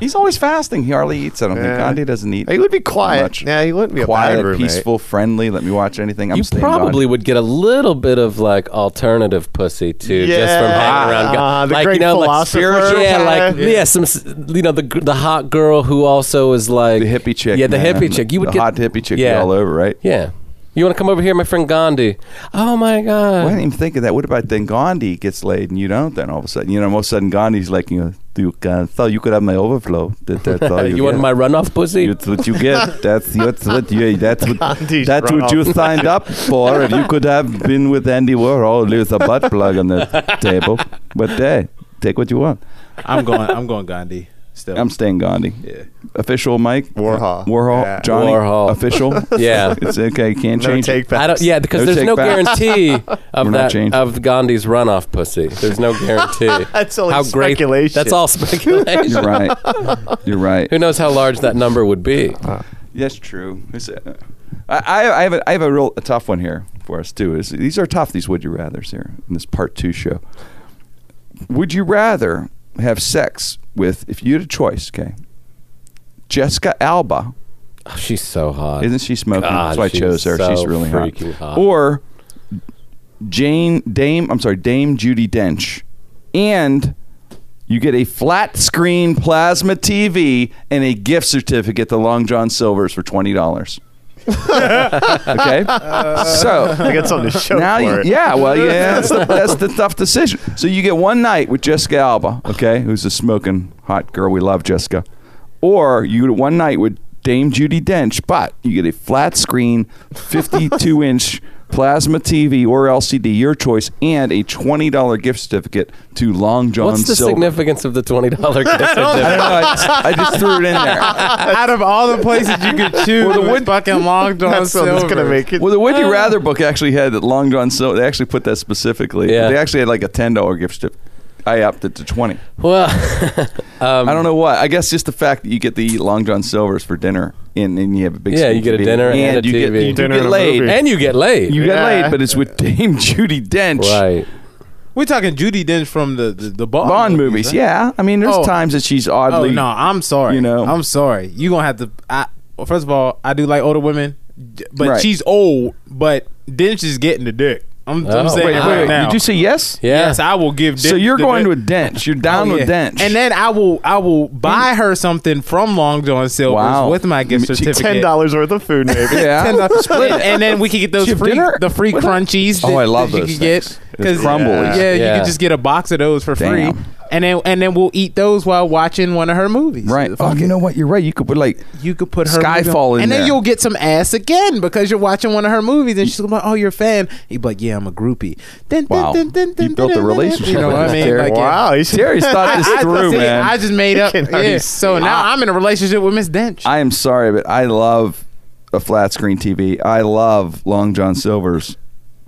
Speaker 1: He's always fasting. He hardly eats. I don't think
Speaker 4: Yeah.
Speaker 1: Gandhi doesn't eat.
Speaker 4: He would be quiet.
Speaker 1: Much.
Speaker 4: Yeah, he wouldn't be a bad
Speaker 1: Quiet,
Speaker 4: roommate.
Speaker 1: peaceful, friendly. Let me watch anything. I'm
Speaker 5: you
Speaker 1: staying
Speaker 5: probably
Speaker 1: Gandhi.
Speaker 5: would get a little bit of like alternative pussy too, just from
Speaker 4: Yeah,
Speaker 1: Uh-huh.
Speaker 5: hanging around.
Speaker 4: uh, the
Speaker 5: like
Speaker 4: great
Speaker 5: you know, like
Speaker 4: philosopher
Speaker 5: spiritual, yeah,
Speaker 4: guy.
Speaker 5: like yeah. some s- you know the gr- the hot girl who also is like
Speaker 1: the hippie chick.
Speaker 5: Yeah, the
Speaker 1: man.
Speaker 5: hippie chick. You would
Speaker 1: the
Speaker 5: get
Speaker 1: hot hippie chick
Speaker 5: Yeah.
Speaker 1: all over, right?
Speaker 5: Yeah. You want to come over here, my friend Gandhi? Oh
Speaker 1: Well,
Speaker 5: my
Speaker 1: I
Speaker 5: God.
Speaker 1: didn't even think of that. What about then Gandhi gets laid and you don't? Then all of a sudden, you know, most sudden Gandhi's like, you know, you can, so you could have my overflow. That, that's all you,
Speaker 5: you want
Speaker 1: get.
Speaker 5: my runoff pussy?
Speaker 1: That's what you get. That's that's what you that's what
Speaker 4: Gandhi's
Speaker 1: that's what you
Speaker 4: wrong.
Speaker 1: signed up for. If you could have been with Andy Warhol, there's a butt plug on the table. But hey, take what you want.
Speaker 3: I'm going. I'm going Gandhi. Still.
Speaker 1: I'm staying Gandhi.
Speaker 3: Yeah.
Speaker 1: Official Mike
Speaker 4: Warhol.
Speaker 1: Warhol
Speaker 4: Yeah.
Speaker 1: Johnny
Speaker 5: Warhol.
Speaker 1: official.
Speaker 5: Yeah.
Speaker 1: it's okay. Can't
Speaker 4: No
Speaker 1: change. it.
Speaker 4: take back.
Speaker 5: I don't. Yeah, because
Speaker 1: No
Speaker 5: there's
Speaker 1: take
Speaker 5: no
Speaker 1: back.
Speaker 5: guarantee
Speaker 1: We're not
Speaker 5: of that
Speaker 1: changing.
Speaker 5: of Gandhi's runoff pussy. There's no guarantee.
Speaker 4: That's only speculation.
Speaker 5: That's all speculation.
Speaker 1: You're right. You're right.
Speaker 5: Who knows how large that number would be?
Speaker 1: Uh, That's true. It's, uh, I, I, I have a, I have a real a tough one here for us too. Is these are tough? These would you rather's here in this part two show. Would you rather have sex with if you had a choice? Okay, Jessica Alba.
Speaker 5: Oh, she's so hot.
Speaker 1: Isn't she smoking?
Speaker 5: God,
Speaker 1: That's why I
Speaker 5: she's
Speaker 1: chose her.
Speaker 5: so
Speaker 1: she's really hot.
Speaker 5: freaking hot.
Speaker 1: Or Jane Dame. I'm sorry, Dame Judy Dench, and you get a flat screen plasma TV and a gift certificate to Long John Silver's for twenty dollars. okay,
Speaker 4: I
Speaker 1: so
Speaker 4: got something to show
Speaker 1: now
Speaker 4: for
Speaker 1: you,
Speaker 4: it.
Speaker 1: yeah, well, yeah, that's the, that's the tough decision. So you get one night with Jessica Alba, okay, who's a smoking hot girl. We love Jessica, or you get one night with Dame Judy Dench, but you get a flat screen, fifty-two inch. Plasma TV or LCD, your choice, and a twenty dollar gift certificate to Long John
Speaker 5: What's the
Speaker 1: Silver.
Speaker 5: significance of the twenty dollar gift
Speaker 1: I
Speaker 5: certificate?
Speaker 1: don't know. I just, I just threw it in there.
Speaker 3: Out of all the places you could choose,
Speaker 1: Well, the
Speaker 3: the
Speaker 1: wood-
Speaker 3: fucking long John
Speaker 4: That's
Speaker 3: Silver.
Speaker 4: what's going to make it.
Speaker 1: Well, the Would
Speaker 5: Uh.
Speaker 1: You Rather book actually had that Long John Silver. They actually put that specifically.
Speaker 5: Yeah.
Speaker 1: They actually had like a ten dollar gift certificate. I upped it to twenty.
Speaker 5: Well,
Speaker 1: I
Speaker 5: Um,
Speaker 1: don't know why. I guess just the fact that you get the eat Long John Silvers for dinner, and then you have a big
Speaker 5: Yeah,
Speaker 1: screen
Speaker 5: you get a
Speaker 1: TV.
Speaker 5: dinner and a
Speaker 1: you get
Speaker 5: TV.
Speaker 1: you do
Speaker 4: Dinner
Speaker 1: get
Speaker 4: and a
Speaker 1: laid. And
Speaker 4: movie.
Speaker 5: and you get laid.
Speaker 1: you get
Speaker 4: Yeah.
Speaker 1: laid, but it's with Dame Judy Dench.
Speaker 5: right.
Speaker 3: We're talking Judy Dench from the the, the Bond,
Speaker 1: Bond movies,
Speaker 3: right?
Speaker 1: yeah. I mean, there's
Speaker 3: Oh.
Speaker 1: times that she's
Speaker 3: Oh
Speaker 1: oddly.
Speaker 3: no, I'm sorry.
Speaker 1: you know.
Speaker 3: I'm sorry. You gonna have to. I, well, first of all, I do like older women, j- but
Speaker 1: Right.
Speaker 3: she's old. But Dench is getting the dick. I'm,
Speaker 5: Oh.
Speaker 3: I'm saying
Speaker 5: Wait,
Speaker 3: right
Speaker 1: Wait,
Speaker 3: now.
Speaker 1: did you say yes?
Speaker 5: Yeah.
Speaker 3: Yes, I will give.
Speaker 1: So
Speaker 3: Dench
Speaker 1: you're
Speaker 3: the
Speaker 1: going
Speaker 3: bit-
Speaker 1: with Dench. You're down
Speaker 3: Oh,
Speaker 1: with
Speaker 3: yeah.
Speaker 1: Dench.
Speaker 3: and then I will I will buy her something from Long John Silver's
Speaker 1: Wow.
Speaker 3: with my gift certificate.
Speaker 4: Ten dollars worth of food, maybe.
Speaker 1: yeah.
Speaker 3: $10 split, it. and then we could get those
Speaker 1: Chip
Speaker 3: free
Speaker 1: dinner?
Speaker 3: the free
Speaker 1: What?
Speaker 3: crunchies.
Speaker 1: Oh,
Speaker 3: that-
Speaker 1: I love
Speaker 3: that
Speaker 1: those
Speaker 3: you could get
Speaker 1: things. Those crumblies.
Speaker 3: Yeah, you
Speaker 5: Yeah.
Speaker 3: could just get a box of those for free,
Speaker 1: Damn.
Speaker 3: and then and then we'll eat those while watching one of her movies.
Speaker 1: Right.
Speaker 3: Fuck
Speaker 1: Oh,
Speaker 3: it.
Speaker 1: you know what? You're right. You could put like
Speaker 3: You could put her
Speaker 1: Skyfall
Speaker 3: movie on-
Speaker 1: in
Speaker 3: and
Speaker 1: there.
Speaker 3: then you'll get some ass again because you're watching one of her movies, and she's gonna be like, "Oh, you're a fan." He'd be like, "Yeah, I'm a groupie." Dun, dun,
Speaker 1: Wow.
Speaker 3: dun, dun,
Speaker 1: You
Speaker 3: dun,
Speaker 1: built
Speaker 3: dun,
Speaker 1: a
Speaker 3: dun, dun.
Speaker 1: relationship
Speaker 3: You know
Speaker 1: with
Speaker 3: what I
Speaker 1: this
Speaker 3: mean?
Speaker 1: character.
Speaker 3: Like, yeah.
Speaker 4: Wow, he's
Speaker 1: Terry's thought this through,
Speaker 3: see,
Speaker 1: man.
Speaker 3: I just made up.
Speaker 4: can already
Speaker 3: Yeah, so now I'm in a relationship with Miss Dench.
Speaker 1: I am sorry, but I love a flat screen TV. I love Long John Silver's,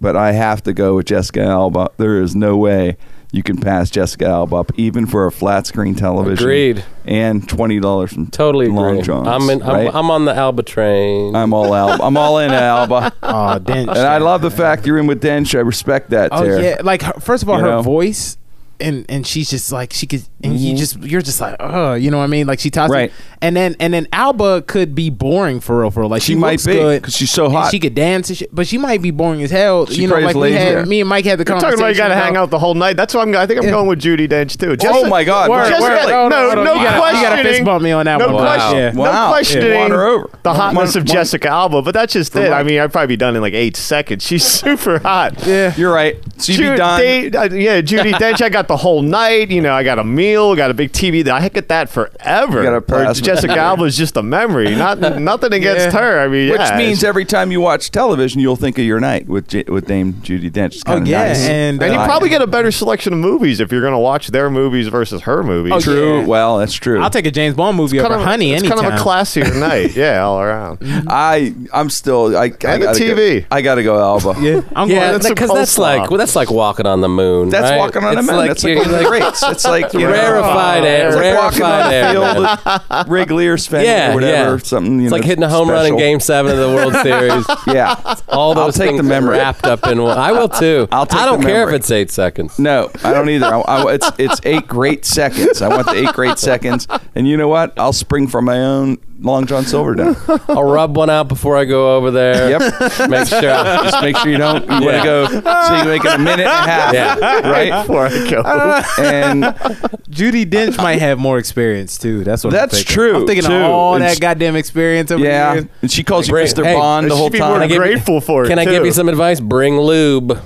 Speaker 1: but I have to go with Jessica Alba. There is no way you can pass Jessica Alba up, even for a flat screen television.
Speaker 5: Agreed.
Speaker 1: And twenty dollars from
Speaker 5: Totally agree.
Speaker 1: Long John's.
Speaker 5: I'm, in, I'm,
Speaker 1: right?
Speaker 5: I'm on the Alba train.
Speaker 1: I'm all Alba. I'm all in Alba.
Speaker 3: Aw, Dench.
Speaker 1: And I love the fact you're in with Dench. I respect that,
Speaker 3: Oh
Speaker 1: Terry.
Speaker 3: yeah, like her, first of all,
Speaker 1: You
Speaker 3: her
Speaker 1: know? Mm-hmm.
Speaker 3: voice, and and she's just like she could, and you just you're just like, oh, you know what I mean? Like she talks,
Speaker 1: Right.
Speaker 3: And then and then Alba could be boring for real, for real. Like
Speaker 1: She
Speaker 3: she,
Speaker 1: might
Speaker 3: looks
Speaker 1: be,
Speaker 3: good
Speaker 1: 'cause she's so
Speaker 3: and
Speaker 1: hot.
Speaker 3: She could dance, and shit, but she might be boring as hell.
Speaker 1: She
Speaker 3: you know,
Speaker 1: probably
Speaker 3: like
Speaker 1: is
Speaker 3: we
Speaker 1: lazy.
Speaker 3: had me and Mike had the
Speaker 4: You're
Speaker 3: conversation.
Speaker 4: talking about you got to hang
Speaker 3: about-
Speaker 4: out the whole night. That's why I'm. I think I'm going with Judy Dench too.
Speaker 1: Oh my God. Word,
Speaker 4: Jessica,
Speaker 1: word.
Speaker 4: no,
Speaker 3: Hold on, hold on.
Speaker 4: no
Speaker 3: You gotta-
Speaker 4: questioning.
Speaker 3: you gotta fist bump me on that
Speaker 4: no
Speaker 3: one.
Speaker 5: Wow.
Speaker 4: Question,
Speaker 5: Yeah.
Speaker 1: Wow.
Speaker 4: No questioning.
Speaker 1: Water over.
Speaker 4: The hotness
Speaker 1: One-
Speaker 4: of
Speaker 1: one-
Speaker 4: Jessica Alba, but that's just it.
Speaker 1: my-
Speaker 4: I mean, I'd probably be done in like eight seconds. She's super hot.
Speaker 3: Yeah.
Speaker 1: You're right. So you'd be
Speaker 4: Judy,
Speaker 1: done.
Speaker 4: uh, yeah, Judy Dench. I got the whole night. You know, I got a meal, got a big TV. I get that forever.
Speaker 1: You got a
Speaker 4: Or
Speaker 1: plasma.
Speaker 4: Jessica Alba's just a memory. Not nothing against
Speaker 3: Yeah.
Speaker 4: her. I mean,
Speaker 1: Which
Speaker 4: yeah,
Speaker 1: means
Speaker 4: it's-
Speaker 1: every time you watch television, you'll think of your night with J- with Dame Judy Dench. It's
Speaker 3: Oh,
Speaker 1: kinda
Speaker 3: yeah,
Speaker 1: nice.
Speaker 3: and-
Speaker 4: and you
Speaker 3: uh,
Speaker 4: probably get a better selection of movies if you're going to watch their movies versus her movies.
Speaker 3: Oh,
Speaker 1: true.
Speaker 3: yeah.
Speaker 1: Well, that's true.
Speaker 3: I'll take a James Bond movie
Speaker 4: Kind
Speaker 3: over
Speaker 4: of,
Speaker 3: Honey
Speaker 4: it's
Speaker 3: anytime.
Speaker 4: kind of a classier night. Yeah, all around.
Speaker 1: I I'm still I, I
Speaker 4: And the
Speaker 1: gotta go-
Speaker 4: TV.
Speaker 1: I gotta go Alba.
Speaker 3: Yeah, I'm
Speaker 5: yeah,
Speaker 3: going.
Speaker 4: that's a
Speaker 5: because that's
Speaker 4: coleslaw.
Speaker 5: like well, that's like walking on the moon.
Speaker 1: That's
Speaker 5: right?
Speaker 1: walking on
Speaker 5: It's
Speaker 1: a moon.
Speaker 5: Like
Speaker 1: that's
Speaker 5: you're-
Speaker 1: like one of the greats. It's like you know,
Speaker 5: Rarefied air,
Speaker 1: It's like walking on
Speaker 5: rarefied air, man.
Speaker 1: the field, at Wrigley or Spencer
Speaker 5: yeah,
Speaker 1: or whatever.
Speaker 5: yeah.
Speaker 1: Something. You
Speaker 5: it's
Speaker 1: know,
Speaker 5: like hitting a home run in
Speaker 1: special.
Speaker 5: Game Seven of the World Series.
Speaker 1: Yeah.
Speaker 5: All those
Speaker 1: take the
Speaker 5: things
Speaker 1: memory.
Speaker 5: wrapped up in one. I will too.
Speaker 1: I'll take
Speaker 5: I don't
Speaker 1: the
Speaker 5: care
Speaker 1: memory.
Speaker 5: if it's eight seconds.
Speaker 1: No, I don't either. I, I- it's it's eight great seconds. I want the eight great seconds. And you know what? I'll spring for my own Long John Silver down.
Speaker 5: I'll rub one out before I go over there.
Speaker 1: Yep.
Speaker 5: Make sure. I-
Speaker 1: Just make sure you don't. You want to
Speaker 5: Yeah.
Speaker 1: go. So you make it a minute and a half.
Speaker 5: Yeah.
Speaker 1: Right.
Speaker 4: Before I go.
Speaker 1: And
Speaker 3: Judy Dench might have more experience too. That's what.
Speaker 1: That's
Speaker 3: I'm thinking.
Speaker 1: true,
Speaker 3: I'm thinking
Speaker 1: too.
Speaker 3: of all
Speaker 1: It's-
Speaker 3: that goddamn experience over the
Speaker 1: yeah,
Speaker 3: years.
Speaker 1: and she calls you
Speaker 5: Bring-
Speaker 1: Mr.
Speaker 5: hey,
Speaker 1: Bond the
Speaker 4: she'd
Speaker 1: whole
Speaker 4: be
Speaker 1: time.
Speaker 4: more
Speaker 5: give you-
Speaker 4: grateful for it.
Speaker 5: Can I give
Speaker 4: too.
Speaker 5: you some advice? Bring lube.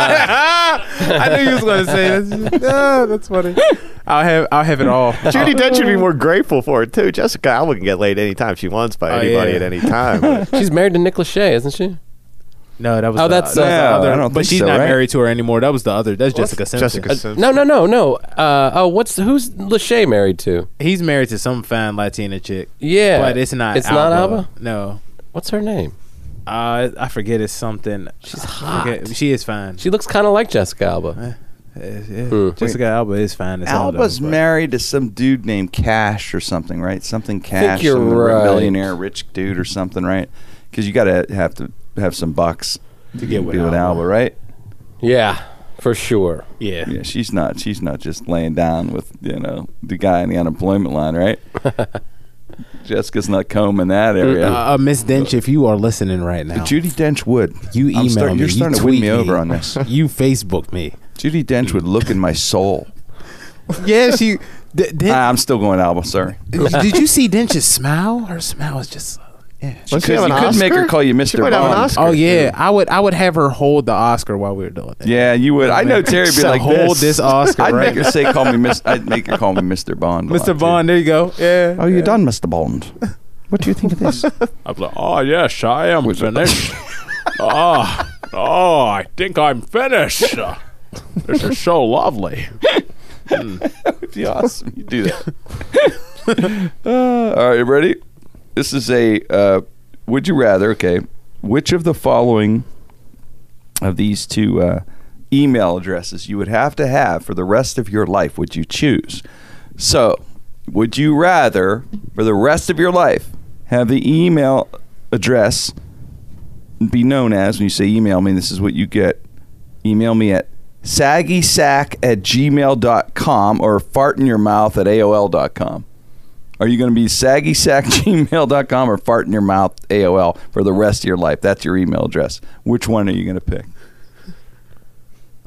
Speaker 3: I knew you was gonna say this. Ah, that's funny. I'll have I'll have it all.
Speaker 4: Judy Dench should be more grateful for it too. Jessica Alba can get laid anytime she wants by
Speaker 3: Oh,
Speaker 4: anybody
Speaker 3: yeah.
Speaker 4: at any time.
Speaker 5: She's married to Nick Lachey, isn't she?
Speaker 3: No, that was
Speaker 5: Oh,
Speaker 3: the-
Speaker 5: that's,
Speaker 3: that
Speaker 1: uh,
Speaker 3: was the
Speaker 1: Yeah,
Speaker 3: other.
Speaker 1: I don't
Speaker 3: but
Speaker 1: think
Speaker 3: she's
Speaker 1: so,
Speaker 3: not
Speaker 1: right?
Speaker 3: married to her anymore. That was the other. That's Jessica Simpson.
Speaker 4: Jessica Simpson.
Speaker 5: No, no, no, no. Uh, oh, what's who's Lachey married to?
Speaker 3: He's married to some fine Latina chick.
Speaker 5: Yeah,
Speaker 3: but it's not.
Speaker 5: It's not Alba.
Speaker 3: No,
Speaker 5: What's her name?
Speaker 3: uh, I forget. It's something. She's hot. She is fine.
Speaker 5: She looks kind of like Jessica Alba.
Speaker 3: Uh, yeah. Jessica Alba is fine. As hell, though,
Speaker 1: Alba's
Speaker 3: but-
Speaker 1: married to some dude named Cash or something, right? Something Cash,
Speaker 5: you're
Speaker 1: some
Speaker 5: right.
Speaker 1: millionaire, rich dude or something, right? Because you got to have to have some bucks to
Speaker 3: get with
Speaker 1: be with
Speaker 3: Alba.
Speaker 1: Alba, right?
Speaker 5: Yeah, for sure.
Speaker 3: Yeah.
Speaker 1: Yeah, she's not. She's not just laying down with you know the guy in the unemployment line, right? Jessica's not combing that area.
Speaker 3: Uh, uh, Miss Dench, if you are listening right now,
Speaker 1: Judy Dench would.
Speaker 3: you
Speaker 1: I'm
Speaker 3: email
Speaker 1: starting-
Speaker 3: me.
Speaker 1: You're starting
Speaker 3: you
Speaker 1: to win
Speaker 3: tweet
Speaker 1: me over on this.
Speaker 3: You Facebook me.
Speaker 1: Judy Dench would look in my soul.
Speaker 3: Yeah, she. D- did,
Speaker 1: Ah, I'm still going Alba. Sorry.
Speaker 3: did you see Dench's smile? Her smile is just. Yeah.
Speaker 4: Doesn't she
Speaker 1: could-
Speaker 4: have
Speaker 1: you
Speaker 4: an
Speaker 1: could make
Speaker 4: Oscar?
Speaker 1: her call you
Speaker 4: She
Speaker 1: Mr.
Speaker 4: might have an
Speaker 1: Bond.
Speaker 4: Oscar.
Speaker 3: Oh yeah, I would. I would have her hold the Oscar while we were doing that.
Speaker 1: Yeah, you would. I know Terry'd be
Speaker 3: So
Speaker 1: like,
Speaker 3: hold this Oscar
Speaker 1: I'd
Speaker 3: right
Speaker 1: make her say, "Call me Miss." I'd make her call me Mr. Bond. a lot, too.
Speaker 3: Mr. Bond, there you go. Yeah.
Speaker 1: Oh, you done, Mr. Bond? What do you think of this?
Speaker 6: I was like, oh, yes, I am finished. oh, oh, I think I'm finished. Uh, This is so lovely.
Speaker 1: It'd be awesome. You do that. Uh, all right, you ready? This is a. Uh, would you rather? Okay, which of the following of these two uh, email addresses you would have to have for the rest of your life would you choose? So, would you rather for the rest of your life have the email address be known as when you say email me, this is what you get. Email me at saggysack at gmail.com or fartinyourmouth at AOL.com. Are you going to be saggysackgmail.com or fartinyourmouth AOL for the rest of your life? That's your email address. Which one are you going to pick?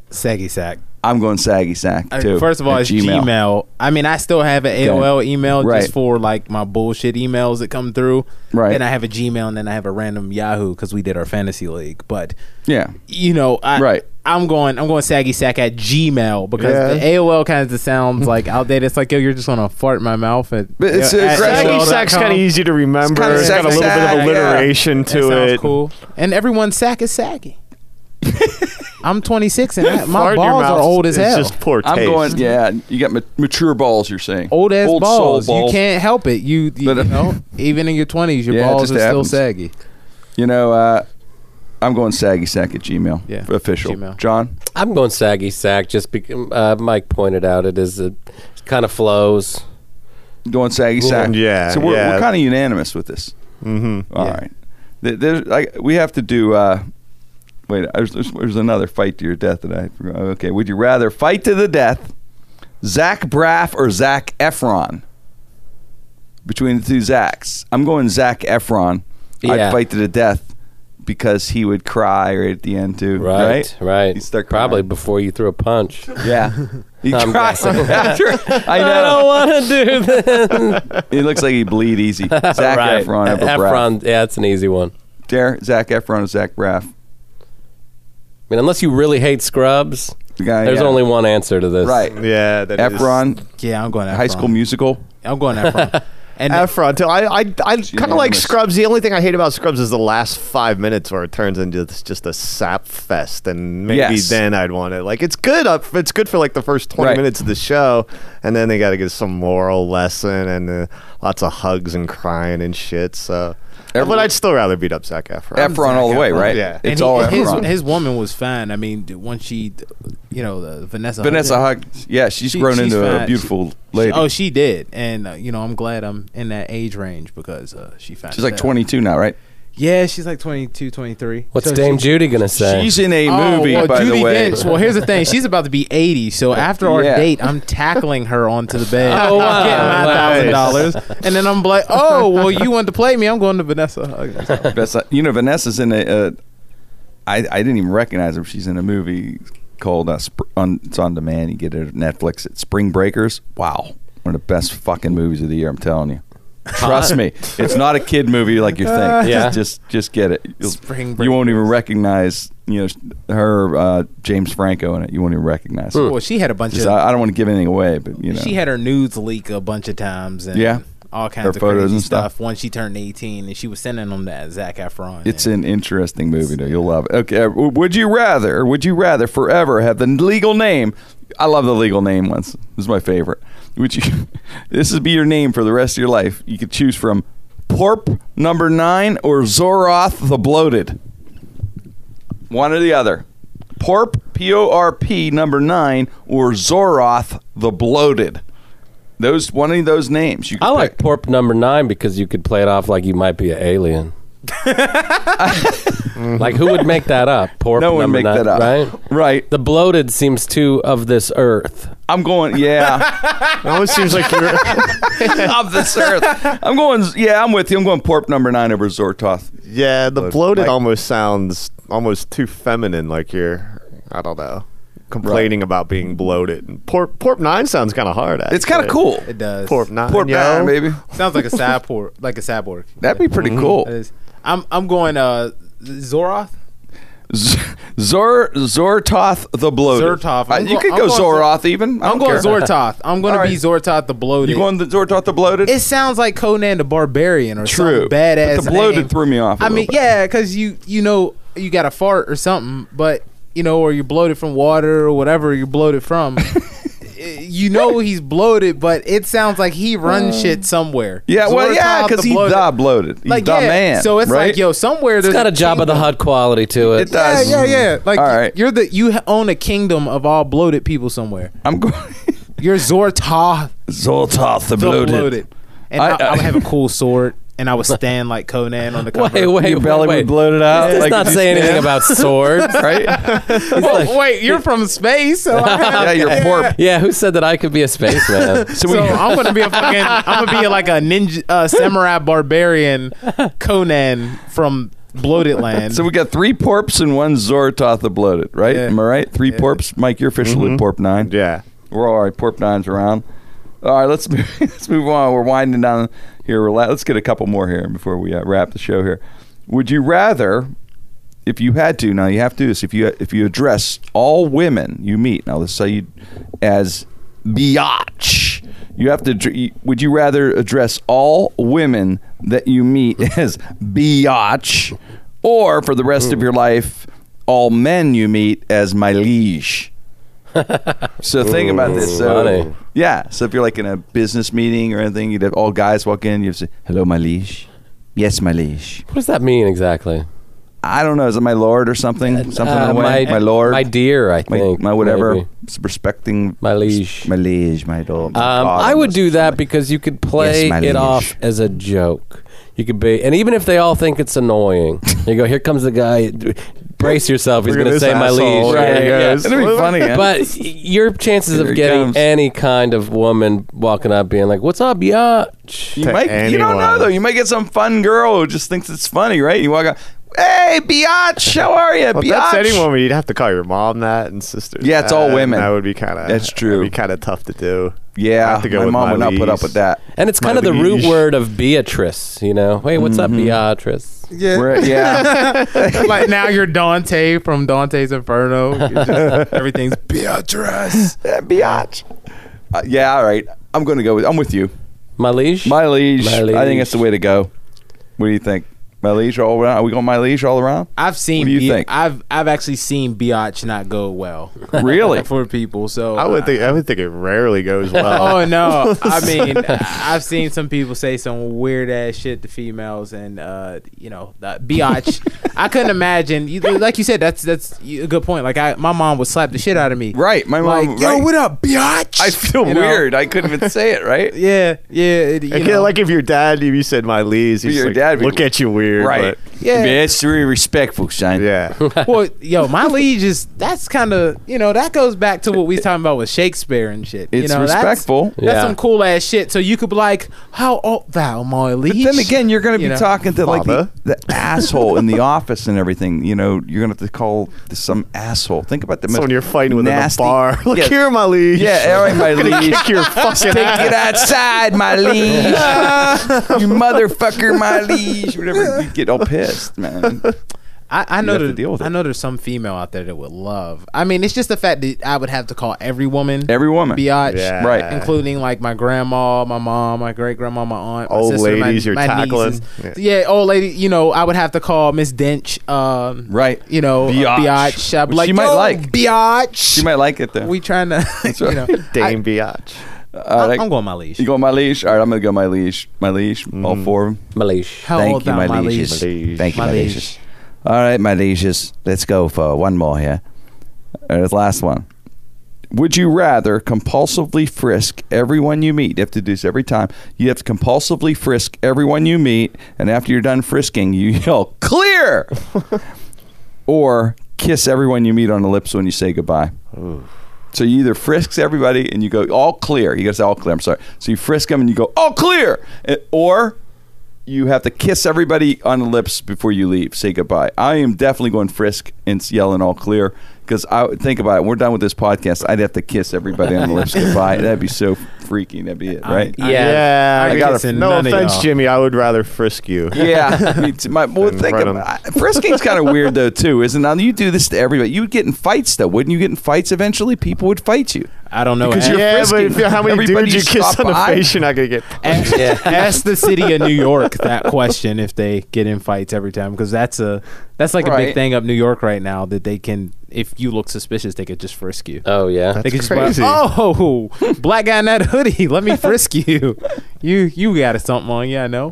Speaker 3: Saggy sack.
Speaker 1: I'm going saggy sack
Speaker 3: I-
Speaker 1: too.
Speaker 3: First of all,
Speaker 1: at
Speaker 3: it's Gmail. I mean, I still have an AOL email
Speaker 1: Right.
Speaker 3: just for like my bullshit emails that come through.
Speaker 1: Right.
Speaker 3: And I have a Gmail, and then I have a random Yahoo because we did our fantasy league. But
Speaker 1: Yeah.
Speaker 3: you know, I,
Speaker 1: Right.
Speaker 3: I'm going. I'm going saggy sack at Gmail because
Speaker 4: Yeah.
Speaker 3: the AOL kind of sounds like outdated. It's like yo, you're just gonna fart in my mouth. At,
Speaker 1: But it's
Speaker 3: at
Speaker 1: aggressive.
Speaker 4: Saggy
Speaker 3: AOL.com.
Speaker 4: sack's kind of easy to remember.
Speaker 1: kinda
Speaker 4: It's got a
Speaker 1: saggy
Speaker 4: little bit
Speaker 1: sack,
Speaker 4: of alliteration
Speaker 3: That
Speaker 4: to
Speaker 3: sounds
Speaker 4: it.
Speaker 3: cool. And everyone's sack is saggy. I'm 26 and I, my
Speaker 4: Fart in your
Speaker 3: balls are
Speaker 4: mouth
Speaker 3: old as
Speaker 4: is
Speaker 3: hell.
Speaker 4: just poor taste.
Speaker 1: I'm going. Yeah, you got ma- mature balls. You're saying
Speaker 3: old ass
Speaker 1: soul
Speaker 3: balls. You can't help it. You you,
Speaker 1: But, uh,
Speaker 3: you know, even in your twenties, your
Speaker 1: Yeah, it
Speaker 3: balls
Speaker 1: just
Speaker 3: are
Speaker 1: happens.
Speaker 3: still saggy.
Speaker 1: You know, uh, I'm going saggy sack at Gmail.
Speaker 3: Yeah,
Speaker 1: official.
Speaker 3: Gmail.
Speaker 1: John.
Speaker 5: I'm going saggy sack just because uh, Mike pointed out it is a kind of flows.
Speaker 1: going saggy sack.
Speaker 4: Yeah,
Speaker 1: So we're,
Speaker 4: yeah.
Speaker 1: we're kind of unanimous with this. Mm-hmm. All
Speaker 3: Yeah.
Speaker 1: right. Th There's like we have to do. Uh, wait, there's, there's, there's another fight to your death that I forgot. Okay, would you rather fight to the death, Zach Braff or Zach Efron? Between the two Zachs, I'm going Zach Efron.
Speaker 5: Yeah.
Speaker 1: I'd fight to the death because he would cry right at the end too.
Speaker 5: Right,
Speaker 1: Right,
Speaker 5: right.
Speaker 1: He'd start crying.
Speaker 5: Probably before you threw a punch.
Speaker 1: Yeah, he
Speaker 5: I'm
Speaker 1: cries
Speaker 5: guessing.
Speaker 1: after. I know.
Speaker 5: I don't want to do this.
Speaker 1: He looks like he bleed easy. Zach
Speaker 5: right.
Speaker 1: Efron, Ever Braff.
Speaker 5: Efron, yeah, it's an easy one.
Speaker 1: Dare Zach Efron or Zach Braff?
Speaker 5: I mean, unless you really hate Scrubs,
Speaker 1: The guy.
Speaker 5: there's
Speaker 1: yeah.
Speaker 5: only one answer to this.
Speaker 1: right.
Speaker 4: Yeah, that is-
Speaker 1: Efron,
Speaker 3: Yeah, I'm going Efron.
Speaker 1: High School Musical.
Speaker 3: I'm going Efron. And
Speaker 4: Efron. Too. I, I, I kind of like
Speaker 1: unanimous.
Speaker 4: Scrubs. The only thing I hate about Scrubs is the last five minutes where it turns into this- just a sap fest, and maybe
Speaker 1: Yes.
Speaker 4: then I'd want it. Like it's good up. It's good for like the first twenty
Speaker 1: Right.
Speaker 4: minutes of the show, and then they got to give some moral lesson and uh, lots of hugs and crying and shit. So, but
Speaker 1: Everyone-
Speaker 4: I'd still rather beat up Zach Efron.
Speaker 1: Efron all the way, right?
Speaker 4: Yeah.
Speaker 1: It's
Speaker 3: and he-
Speaker 1: all
Speaker 3: his,
Speaker 1: Efron.
Speaker 3: his woman was fine. I mean, once she, you know, uh, Vanessa.
Speaker 1: Vanessa
Speaker 3: Hudgens-
Speaker 1: Hudgens. Yeah, she's
Speaker 3: She-
Speaker 1: grown
Speaker 3: she's
Speaker 1: into a
Speaker 3: fine.
Speaker 1: beautiful
Speaker 3: She-
Speaker 1: lady.
Speaker 3: Oh, she did, and uh, you know, I'm glad I'm in that age range because uh, she found.
Speaker 1: she's like
Speaker 3: out.
Speaker 1: 22 now, right?
Speaker 3: Yeah, she's like 22, 23.
Speaker 5: What's
Speaker 3: So
Speaker 5: Dame
Speaker 3: she-
Speaker 5: Judy going to say?
Speaker 1: She's in a
Speaker 3: Oh,
Speaker 1: movie,
Speaker 3: well,
Speaker 1: by
Speaker 3: Judi
Speaker 1: the way.
Speaker 3: Dench- well, here's the thing. She's about to be 80, so after our
Speaker 1: Yeah.
Speaker 3: date, I'm tackling her onto the bed.
Speaker 5: Oh, wow.
Speaker 3: Getting my
Speaker 4: Nice.
Speaker 3: thousand dollars, and then I'm like, "Oh, well, you want to play me? I'm going to Vanessa." Hudgens."
Speaker 1: That's not- you know, Vanessa's in a. Uh, I I didn't even recognize her. She's in a movie called uh, Sp- on, It's on demand. You get it at Netflix. It's Spring Breakers. Wow, one of the best fucking movies of the year. I'm telling you. Trust me, it's not a kid movie like you think.
Speaker 5: Yeah.
Speaker 1: just just, just get it. You'll-
Speaker 3: Spring
Speaker 1: You won't even recognize you know her uh, James Franco in it. You won't even recognize. her.
Speaker 3: Well, she had a bunch
Speaker 1: Just,
Speaker 3: of
Speaker 1: I, I don't want to give anything away, but you know
Speaker 3: she had her nudes leak a bunch of times, and
Speaker 1: Yeah.
Speaker 3: all kinds
Speaker 1: Her
Speaker 3: of
Speaker 1: photos
Speaker 3: crazy
Speaker 1: and stuff.
Speaker 3: stuff. Once she turned 18, and she was sending them to Zach Efron.
Speaker 1: It's an
Speaker 3: and-
Speaker 1: interesting movie, though. You'll love it. Okay. uh, Would you rather? Would you rather forever have the legal name? I love the legal name ones. This is my favorite. Would you? This would be your name for the rest of your life. You could choose from Porp Number Nine or Zoroth the Bloated. One or the other. Porp P O R P Number Nine or Zoroth the Bloated. Those one of those names. You could
Speaker 5: I like
Speaker 1: pick.
Speaker 5: Porp number nine because you could play it off like you might be an alien. like, who would make that up? Porp
Speaker 1: No one
Speaker 5: number
Speaker 1: make
Speaker 5: nine,
Speaker 1: that up.
Speaker 5: Right?
Speaker 1: Right.
Speaker 5: The bloated seems too of this earth.
Speaker 1: I'm going. Yeah.
Speaker 4: It always seems like you're.
Speaker 1: of this earth. I'm going. Yeah, I'm with you. I'm going Porp number nine over Zortoth.
Speaker 4: Yeah, the bloated
Speaker 1: Like-
Speaker 4: almost sounds almost too feminine. Like you're, I don't know, complaining about being bloated. And Porp, Porp Nine sounds kind of hard. Actually.
Speaker 1: It's kind of cool.
Speaker 3: it uh, does
Speaker 4: Porp Nine,
Speaker 1: Porp
Speaker 4: yo.
Speaker 1: nine, baby.
Speaker 3: sounds like a sad por- like a sad pork.
Speaker 1: That'd be pretty
Speaker 3: That
Speaker 1: cool.
Speaker 3: Mm-hmm. is- I'm I'm going uh, Zoroth.
Speaker 1: Z- Zor Zortoth the bloated.
Speaker 3: Zortoth.
Speaker 1: I-
Speaker 3: I'm
Speaker 1: you
Speaker 3: go-
Speaker 1: could
Speaker 3: I'm
Speaker 1: go
Speaker 3: going
Speaker 1: Zoroth even. I
Speaker 3: I'm
Speaker 1: don't
Speaker 3: going
Speaker 1: care.
Speaker 3: Zortoth. I'm going
Speaker 1: All
Speaker 3: to be
Speaker 1: right.
Speaker 3: Zortoth the bloated.
Speaker 1: You going the Zortoth the bloated?
Speaker 3: It sounds like Conan the Barbarian or
Speaker 1: True.
Speaker 3: something badass.
Speaker 1: But the bloated
Speaker 3: name.
Speaker 1: threw me off a
Speaker 3: I
Speaker 1: little
Speaker 3: mean,
Speaker 1: bit.
Speaker 3: yeah, because you you know you got a fart or something, but you know, or you're bloated from water or whatever you're bloated from. Eh, you know he's bloated, but it sounds like he runs shit somewhere.
Speaker 1: Uh. yeah, well,
Speaker 3: Zortoth
Speaker 1: yeah, because
Speaker 3: the
Speaker 1: he's
Speaker 3: bloated-
Speaker 1: the bloated. He's
Speaker 3: like
Speaker 1: the
Speaker 3: yeah,
Speaker 1: man.
Speaker 3: So it's
Speaker 1: right?
Speaker 3: like yo, somewhere
Speaker 5: It's
Speaker 3: there's
Speaker 5: got a job of the
Speaker 3: kingdom.
Speaker 5: Hut quality to it.
Speaker 1: It does.
Speaker 3: Yeah, yeah, yeah. Like
Speaker 1: All right.
Speaker 3: you're the you ha- own a kingdom of all bloated people somewhere.
Speaker 1: I'm going
Speaker 3: You're Zortoth
Speaker 1: Zortoth the
Speaker 3: the
Speaker 1: bloated.
Speaker 3: And
Speaker 1: I-
Speaker 3: I, I, would have a cool sword, and I would stand like Conan on the cover.
Speaker 5: Wait, wait,
Speaker 1: Your
Speaker 5: wait,
Speaker 1: belly
Speaker 5: wait.
Speaker 1: would bloat it out.
Speaker 5: Let's
Speaker 1: like
Speaker 5: not
Speaker 1: you
Speaker 5: say anything
Speaker 1: stand,
Speaker 5: about swords.
Speaker 1: right.
Speaker 3: Well, wait, you're from space, so, I,
Speaker 1: yeah, you're Porp.
Speaker 5: Yeah, who said that I could be a spaceman?
Speaker 1: So,
Speaker 3: so
Speaker 1: we,
Speaker 3: I'm gonna be a fucking, I'm gonna be like a ninja, uh, samurai barbarian, Conan from bloated land.
Speaker 1: So we got three porps and one Zoratoth the bloated, right?
Speaker 3: Yeah. Mm-hmm.
Speaker 1: Am I right? Three porps. Mike, you're officially porp nine.
Speaker 4: Yeah.
Speaker 1: We're all right. Porp nine's around. All right, let's move, let's move on. We're winding down here. We're la- let's get a couple more here before we uh, wrap the show here. Would you rather, if you had to, now you have to do this, if you if you address all women you meet, now let's say you as biatch, you have to. dr- you- Would you rather address all women that you meet as biatch, or for the rest of your life, all men you meet as my liege? So think about this. So
Speaker 5: funny.
Speaker 1: yeah, so if you're like in a business meeting or anything, you'd have all guys walk in. You'd say, "Hello, my liege." Yes, my liege.
Speaker 5: What does that mean exactly?
Speaker 1: I don't know. Is it my lord or something? Something in
Speaker 5: Uh,
Speaker 1: the way. My, lord.
Speaker 5: my dear, I
Speaker 1: my,
Speaker 5: think,
Speaker 1: my whatever.
Speaker 5: maybe.
Speaker 1: It's Respecting
Speaker 5: My liege.
Speaker 1: My liege. My lord.
Speaker 5: Um, I would do that because you could play
Speaker 1: Yes, my liege.
Speaker 5: it off as a joke. You could be, and even if they all think it's annoying, you go, "Here comes the guy." Brace yourself; he's
Speaker 4: Look at
Speaker 5: going to
Speaker 4: this
Speaker 5: say, "My
Speaker 4: asshole.
Speaker 5: liege."
Speaker 4: There he
Speaker 5: Yeah, yeah.
Speaker 4: goes.
Speaker 1: It'd be funny. huh?
Speaker 5: But y- your chances
Speaker 1: Here
Speaker 5: of
Speaker 1: he
Speaker 5: getting
Speaker 1: comes.
Speaker 5: any kind of woman walking up being like, "What's up, biatch?"
Speaker 1: You
Speaker 4: to
Speaker 1: might, you don't know
Speaker 4: anyone.
Speaker 1: though. You might get some fun girl who just thinks it's funny, right? You walk out, hey, Biatch, how are you,
Speaker 4: Well,
Speaker 1: Biatch?
Speaker 4: if that's anyone. You'd have to call your mom that and sisters.
Speaker 1: Yeah, it's all
Speaker 4: that,
Speaker 1: women.
Speaker 4: and That would be kind of.
Speaker 1: That's true.
Speaker 4: Be kind of tough to do. I
Speaker 1: Yeah,
Speaker 4: have to go
Speaker 1: my
Speaker 4: with
Speaker 1: mom would not put
Speaker 4: leaves.
Speaker 1: up with that.
Speaker 5: And it's kind
Speaker 4: My
Speaker 5: of the root
Speaker 4: liege.
Speaker 5: word of Beatrice, you know. Hey, what's
Speaker 1: Mm-hmm.
Speaker 5: up, Beatrice?
Speaker 3: yeah.
Speaker 1: We're- yeah,
Speaker 3: like now you're Dante from Dante's Inferno. You're just- everything's Beatrice.
Speaker 1: Biatch. Uh, yeah, all right. I'm going to go with. I'm with you,
Speaker 5: My liege.
Speaker 1: my liege.
Speaker 5: My
Speaker 1: I think
Speaker 5: liege.
Speaker 1: that's the way to go. What do you think? My liege all around. Are we going my liege all around?
Speaker 3: I've seen.
Speaker 1: What do you
Speaker 3: Be-
Speaker 1: think?
Speaker 3: I've I've actually seen Biatch not go well
Speaker 1: Really?
Speaker 3: for people. So
Speaker 4: I would think. I would think it rarely goes well.
Speaker 3: Oh no! I mean, I've seen some people say some weird ass shit to females, and uh, you know, the biatch. I couldn't imagine. You, like you said, that's that's a good point. Like I, my mom would slap the shit out of me.
Speaker 1: right, my mom.
Speaker 3: Like,
Speaker 1: right.
Speaker 3: yo, what up, biatch?
Speaker 1: I feel
Speaker 3: You know?
Speaker 1: weird. I couldn't even say it. Right.
Speaker 3: Yeah, yeah. it- you
Speaker 4: I
Speaker 3: know.
Speaker 4: feel like if your dad, if you said my lees, he's
Speaker 1: Your
Speaker 4: like,
Speaker 1: dad would-
Speaker 4: look at you weird.
Speaker 1: Right.
Speaker 3: Yeah.
Speaker 1: it's very respectful,
Speaker 4: But,
Speaker 1: son.
Speaker 4: yeah.
Speaker 3: well, yo, my liege is that's kind of you know that goes back to what we was talking about with Shakespeare and shit. you
Speaker 1: It's
Speaker 3: know, that's-
Speaker 1: respectful.
Speaker 3: That's,
Speaker 5: Yeah.
Speaker 3: some cool ass shit. So you could be like, "How art thou, my liege?"
Speaker 1: Then again, you're going to be
Speaker 3: You know?
Speaker 1: talking to like the,
Speaker 4: Father.
Speaker 1: the asshole in the office and everything. You know, you're going to have to call some asshole. Think about the
Speaker 4: That's
Speaker 1: most
Speaker 4: when you're fighting with
Speaker 1: nasty-
Speaker 4: in a bar. Look
Speaker 1: yeah,
Speaker 4: here, my liege.
Speaker 1: Yeah, all right, my
Speaker 4: I'm gonna
Speaker 1: liege.
Speaker 4: kick your fucking ass.
Speaker 1: Get outside, my liege. you motherfucker, my liege. Whatever. You get all pissed, man.
Speaker 3: I, I know
Speaker 1: have to
Speaker 3: that-
Speaker 1: deal with
Speaker 3: I
Speaker 1: it.
Speaker 3: know there's some female out there that would love. I mean, it's just the fact that I would have to call every woman,
Speaker 1: Every woman.
Speaker 3: biatch,
Speaker 4: Yeah.
Speaker 1: Right.
Speaker 3: including like my grandma, my mom, my great grandma, my aunt, my
Speaker 4: Old
Speaker 3: sister,
Speaker 4: ladies
Speaker 3: my,
Speaker 4: you're
Speaker 3: my
Speaker 4: tackling.
Speaker 3: nieces. Yeah. old lady. You know, I would have to call Miss Dench. Um,
Speaker 1: Right.
Speaker 3: You know,
Speaker 1: Biatch.
Speaker 3: biatch. biatch. I'd be
Speaker 1: Which
Speaker 3: like,
Speaker 1: she might
Speaker 3: "Yo,
Speaker 1: like."
Speaker 3: biatch.
Speaker 1: She might like it though.
Speaker 3: we trying to, you know.
Speaker 4: Dame Biatch.
Speaker 1: all
Speaker 3: I, am going my Mm-hmm. leash.
Speaker 1: You going my liege? All right, I'm going to go my liege. My liege. All four of them.
Speaker 5: my liege.
Speaker 3: How
Speaker 1: Thank
Speaker 3: old
Speaker 1: you,
Speaker 3: thou,
Speaker 1: my,
Speaker 3: my
Speaker 1: lieges.
Speaker 3: liege?
Speaker 4: liege.
Speaker 1: Thank you, my,
Speaker 3: My liege.
Speaker 1: lieges. All right, my lieges. Let's go for one more here. All right, this last one. Would you rather compulsively frisk everyone you meet? You have to do this every time. You have to compulsively frisk everyone you meet, and after you're done frisking, you yell, clear! or kiss everyone you meet on the lips when you say goodbye. So you either frisks everybody and you go all clear. You got to say all clear. I'm sorry. So you frisk them and you go all clear, Eh, or you have to kiss everybody on the lips before you leave. Say goodbye. I am definitely going frisk and yelling all clear because I would think about it. When we're done with this podcast. I'd have to kiss everybody on the lips goodbye. That'd be so freaking. That'd be it, right?
Speaker 5: Yeah.
Speaker 4: Yeah,
Speaker 3: I
Speaker 4: I
Speaker 3: gotta-
Speaker 4: got No
Speaker 3: none of
Speaker 4: offense,
Speaker 3: y'all.
Speaker 4: Jimmy. I would rather frisk you.
Speaker 1: Yeah, Me too. my, well,
Speaker 4: And
Speaker 1: think
Speaker 4: right
Speaker 1: about, frisking's kind of weird though too, isn't it? Now you do this to everybody. You would get in fights though, wouldn't you? Get in fights eventually. People would fight you.
Speaker 3: I don't know.
Speaker 1: Because
Speaker 3: Ask-
Speaker 1: you're
Speaker 4: Yeah,
Speaker 1: frisking.
Speaker 4: but if, how many
Speaker 1: Everybody
Speaker 4: dudes you
Speaker 1: stop
Speaker 4: kiss on the
Speaker 1: by.
Speaker 4: face, you're not gonna get.
Speaker 3: Ask, ask the city of New York that question if they get in fights every time because that's a that's like a
Speaker 1: Right.
Speaker 3: big thing up New York right now that they can if you look suspicious they could just frisk you.
Speaker 5: Oh yeah.
Speaker 3: they could
Speaker 4: That's
Speaker 3: just be like,
Speaker 4: crazy.
Speaker 3: oh, black guy in that hoodie, let me frisk you. You you got something on, yeah, I know.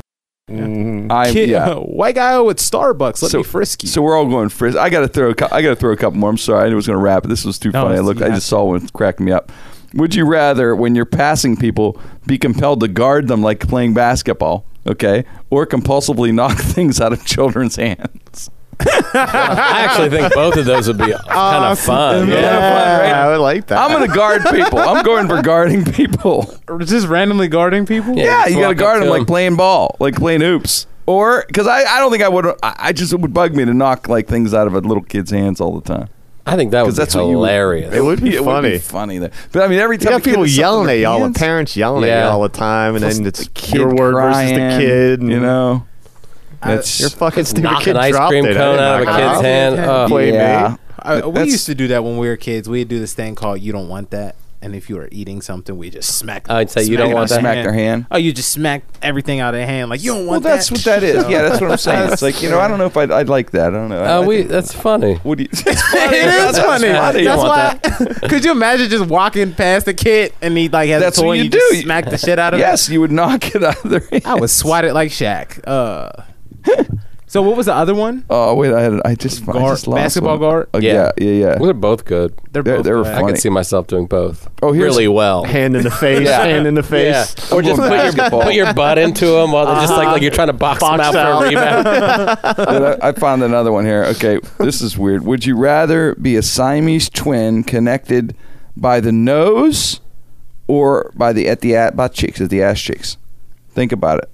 Speaker 4: Mm,
Speaker 1: I,
Speaker 3: Kid,
Speaker 1: yeah.
Speaker 3: white guy with Starbucks, let
Speaker 1: So-
Speaker 3: me frisk you.
Speaker 1: So we're all going frisk. I got to throw. A cou- I got to throw a couple more. I'm sorry, I was going to wrap. But this was too
Speaker 3: No,
Speaker 1: funny. I
Speaker 3: it's-
Speaker 1: looked.
Speaker 3: you
Speaker 1: I
Speaker 3: have
Speaker 1: just saw one cracking me up. Would you rather, when you're passing people, be compelled to guard them like playing basketball, okay, or compulsively knock things out of children's hands?
Speaker 5: I actually think both of those would be kind of fun.
Speaker 4: yeah,
Speaker 1: Oh, right?
Speaker 4: I would like that.
Speaker 1: I'm going to guard people. I'm going for guarding people.
Speaker 3: just randomly guarding people?
Speaker 1: Yeah, you
Speaker 5: just
Speaker 1: got to
Speaker 5: walk up
Speaker 1: guard
Speaker 5: to
Speaker 1: them like
Speaker 5: them.
Speaker 1: playing ball, like playing hoops. Or because I, I don't think I would. I, I just it would bug me to knock like things out of a little kid's hands all the time.
Speaker 5: I think that
Speaker 1: Because
Speaker 5: would be
Speaker 1: that's what you would-
Speaker 5: hilarious.
Speaker 4: It would be
Speaker 1: it would
Speaker 4: funny.
Speaker 1: be funny there. But I mean, every
Speaker 4: You
Speaker 1: time
Speaker 4: got
Speaker 1: a kid
Speaker 4: people
Speaker 1: has something in
Speaker 4: yelling at
Speaker 1: their
Speaker 4: y'all, and
Speaker 1: hands,
Speaker 4: parents yelling at
Speaker 5: Yeah.
Speaker 4: you all the time, and
Speaker 1: plus
Speaker 4: then
Speaker 1: the
Speaker 4: it's
Speaker 1: kid
Speaker 4: your word versus
Speaker 1: crying,
Speaker 4: the kid. And
Speaker 1: You know, that's
Speaker 4: your fucking stupid
Speaker 5: Knock
Speaker 4: kid
Speaker 5: an ice
Speaker 4: dropped
Speaker 5: cream
Speaker 4: it. I
Speaker 5: cone
Speaker 4: didn't
Speaker 5: out of a
Speaker 4: knock
Speaker 3: it
Speaker 4: it
Speaker 5: kid's
Speaker 4: off.
Speaker 3: out.
Speaker 5: hand.
Speaker 3: Yeah.
Speaker 5: Oh,
Speaker 4: Play
Speaker 1: yeah.
Speaker 4: me.
Speaker 3: I, we
Speaker 1: ah, that's-
Speaker 3: used to do that when we were kids. We'd do this thing called "you don't want that," and if you were eating something, we just smack.
Speaker 5: I'd say, "You
Speaker 3: smack
Speaker 5: don't
Speaker 3: it
Speaker 5: want
Speaker 3: out of
Speaker 1: that." Smack their hand.
Speaker 3: Oh, you just smack everything out of their hand like you don't
Speaker 1: Well,
Speaker 3: want.
Speaker 1: that's
Speaker 3: that.
Speaker 1: what that is. Yeah, that's what I'm saying. It's like you know, I don't know if I'd, I'd like that. I don't know. I-
Speaker 5: Uh,
Speaker 1: I
Speaker 5: we,
Speaker 1: think-
Speaker 5: that's funny.
Speaker 1: What do you? It's
Speaker 3: It is
Speaker 1: That's
Speaker 3: funny.
Speaker 5: funny.
Speaker 3: That's
Speaker 5: You
Speaker 3: why.
Speaker 5: want
Speaker 3: Could you imagine just walking past the kid and he like has
Speaker 1: That's
Speaker 3: a toy
Speaker 1: what
Speaker 3: and
Speaker 1: you
Speaker 3: you just
Speaker 1: do.
Speaker 3: smack the shit out of it?
Speaker 1: Yes, you would knock it out of their hand.
Speaker 3: I was swatted like Shaq. Uh, so what was the other one?
Speaker 1: Oh wait, I had it. I just, I
Speaker 3: Guard-
Speaker 1: just lost
Speaker 3: basketball
Speaker 1: one.
Speaker 3: guard?
Speaker 1: Oh, yeah, yeah, yeah.
Speaker 5: They're both good.
Speaker 1: They're-
Speaker 3: both
Speaker 1: they were
Speaker 3: good.
Speaker 5: I
Speaker 1: funny.
Speaker 5: could see myself doing both.
Speaker 1: Oh, here's-
Speaker 5: really well.
Speaker 4: Hand in the face.
Speaker 5: Yeah.
Speaker 4: Hand in the
Speaker 5: Yeah.
Speaker 4: face.
Speaker 5: Or
Speaker 1: I'm
Speaker 5: just
Speaker 1: going
Speaker 5: put your,
Speaker 1: basketball.
Speaker 5: put your butt into them while they're just like, like you're trying to box, them out,
Speaker 4: Box
Speaker 5: for
Speaker 4: out.
Speaker 5: a rebound.
Speaker 1: But I, I found another one here. Okay, this is weird. Would you rather be a Siamese twin connected by the nose or by the at the at by cheeks at the ass cheeks? Think about it.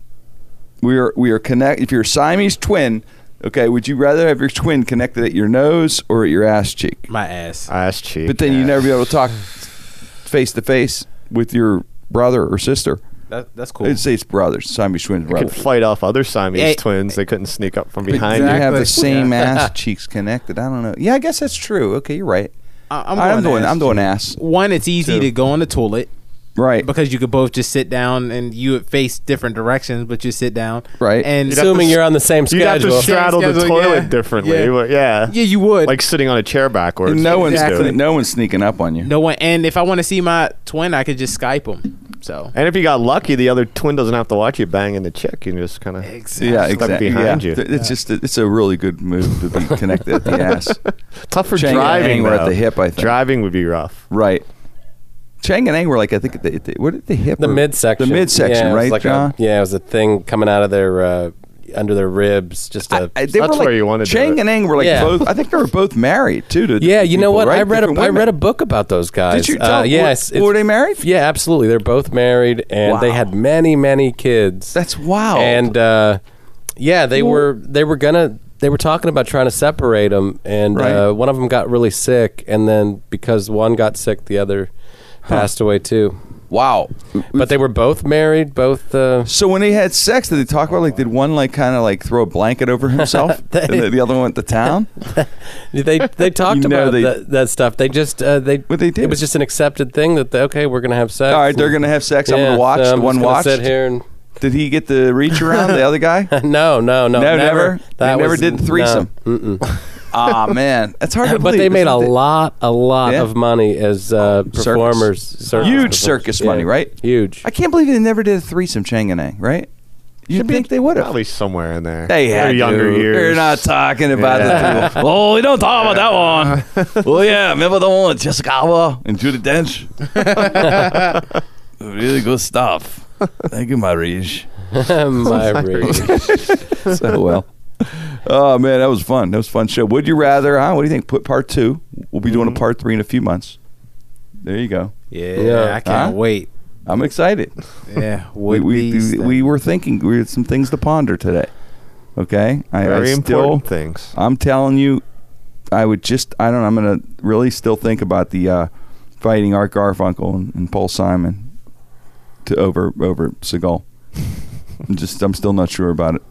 Speaker 1: We are we are connect. If you're a Siamese twin, okay, would you rather have your twin connected at your nose or at your ass cheek?
Speaker 3: My ass.
Speaker 4: Ass cheek.
Speaker 1: But then you never be able to talk face to face with your brother or sister.
Speaker 3: That, that's cool.
Speaker 1: They'd say it's brothers, Siamese twins,
Speaker 4: could
Speaker 1: brothers.
Speaker 4: fight off other Siamese
Speaker 3: Yeah.
Speaker 4: twins. They couldn't sneak up from
Speaker 1: But
Speaker 4: behind
Speaker 1: then you have the
Speaker 3: Exactly.
Speaker 1: same ass cheeks connected. I don't know. Yeah, I guess that's true. Okay, you're right.
Speaker 3: I-
Speaker 1: I'm, doing.
Speaker 3: ass.
Speaker 1: I'm doing ass.
Speaker 3: One, it's easy
Speaker 1: Two.
Speaker 3: to go on the toilet
Speaker 1: Right.
Speaker 3: because you could both just sit down and you would face different directions, but you sit down.
Speaker 1: Right.
Speaker 3: And
Speaker 4: have
Speaker 5: Assuming
Speaker 4: to-
Speaker 5: you're on the same
Speaker 4: You'd have
Speaker 5: schedule.
Speaker 4: to straddle the
Speaker 3: Schedule, yeah.
Speaker 4: toilet differently.
Speaker 3: Yeah.
Speaker 4: But yeah.
Speaker 3: yeah, you would.
Speaker 4: Like sitting on a chair backwards.
Speaker 1: no one's
Speaker 3: Exactly.
Speaker 1: no one's sneaking up on you.
Speaker 3: no one. And if I want to see my twin, I could just Skype him. So.
Speaker 4: And if you got lucky, the other twin doesn't have to watch you banging the chick. You can just kind of.
Speaker 3: Exactly.
Speaker 1: Yeah,
Speaker 4: Step
Speaker 1: exactly.
Speaker 4: behind
Speaker 1: yeah.
Speaker 4: you.
Speaker 1: Th- It's just it's a really good move to be connected at the ass.
Speaker 4: Tough for
Speaker 1: Chain and
Speaker 4: driving.
Speaker 1: angle at
Speaker 4: though.
Speaker 1: the hip, I think.
Speaker 4: Driving would be rough.
Speaker 1: Right. Chang and Ang were like I think at the, at the what at the hip
Speaker 5: The
Speaker 1: or-
Speaker 5: midsection.
Speaker 1: the midsection
Speaker 5: yeah, it was
Speaker 1: right
Speaker 5: like a-
Speaker 1: John
Speaker 5: yeah, it was a thing coming out of their, uh, under their ribs. Just a.
Speaker 1: I- they
Speaker 4: That's
Speaker 1: were like,
Speaker 4: where you wanna do
Speaker 1: Chang
Speaker 4: it.
Speaker 1: and Ang were like
Speaker 5: Yeah.
Speaker 1: both I think they were both married too to
Speaker 5: yeah,
Speaker 1: different
Speaker 5: you know
Speaker 1: people,
Speaker 5: what?
Speaker 1: right?
Speaker 5: I read
Speaker 1: Different
Speaker 5: a I
Speaker 1: women.
Speaker 5: read a book about those guys.
Speaker 1: Did you
Speaker 5: Uh,
Speaker 1: tell
Speaker 5: yes.
Speaker 1: were, were they married?
Speaker 5: Yeah, absolutely. They're both married, and they
Speaker 1: Wow.
Speaker 5: had many, many kids.
Speaker 1: That's wild.
Speaker 5: And uh, yeah, they were they were gonna they were talking about trying to separate them, and
Speaker 1: Right.
Speaker 5: uh, one of them got really sick, and then because one got sick, the other passed away too.
Speaker 1: wow.
Speaker 5: But they were both married. Both uh,
Speaker 1: So when they had sex, did they talk about like did one like kind of like throw a blanket over himself and the, the other one went to town?
Speaker 5: they they talked
Speaker 1: You know
Speaker 5: about
Speaker 1: they-
Speaker 5: that, that stuff. They just uh, they
Speaker 1: What they did.
Speaker 5: it was just an accepted thing that they, okay, we're gonna have sex.
Speaker 1: All right, they're gonna have sex. I'm
Speaker 5: Yeah,
Speaker 1: gonna
Speaker 5: so
Speaker 1: watch.
Speaker 5: I'm
Speaker 1: the
Speaker 5: just
Speaker 1: one
Speaker 5: um, gonna
Speaker 1: watch.
Speaker 5: Sit here and
Speaker 1: Did he get the reach around the other guy?
Speaker 5: no, no, no,
Speaker 1: No,
Speaker 5: never.
Speaker 1: never? They never did the threesome.
Speaker 5: No, mm-mm.
Speaker 1: Ah man, that's hard to
Speaker 5: but
Speaker 1: believe.
Speaker 5: they made a
Speaker 1: isn't it?
Speaker 5: lot, a lot
Speaker 1: Yeah.
Speaker 5: of money as uh,
Speaker 1: circus.
Speaker 5: performers. circus
Speaker 1: Huge
Speaker 5: performers.
Speaker 1: circus money, right?
Speaker 5: Huge.
Speaker 1: I can't believe they never did a threesome Changanang, right? You would think they would have?
Speaker 4: Probably somewhere in there.
Speaker 1: They
Speaker 4: Their
Speaker 1: had
Speaker 4: younger
Speaker 1: to.
Speaker 4: years.
Speaker 1: They're not talking about
Speaker 4: Yeah.
Speaker 1: the two. Oh, we don't talk about that one. well, yeah, remember the one with Jessica Alba and Judy Dench? really good stuff. Thank you, Marige.
Speaker 5: My rage.
Speaker 1: so well. Oh man, that was fun. That was a fun show. Would you rather? Huh? What do you think? Put part two. We'll be
Speaker 4: Mm-hmm.
Speaker 1: doing a part three in a few months. There you go.
Speaker 3: Yeah,
Speaker 5: Yeah.
Speaker 3: I can't
Speaker 1: Huh?
Speaker 3: wait.
Speaker 1: I'm excited.
Speaker 3: Yeah,
Speaker 1: We
Speaker 3: would
Speaker 1: we,
Speaker 3: these
Speaker 1: we,
Speaker 3: things.
Speaker 1: we were thinking we had some things to ponder today. Okay, I, I
Speaker 4: Very
Speaker 1: still-
Speaker 4: important things.
Speaker 1: I'm telling you, I would just I don't. know, I'm gonna really still think about the uh, fighting Art Garfunkel and, and Paul Simon to over over Seagal. I'm just I'm still not sure about it.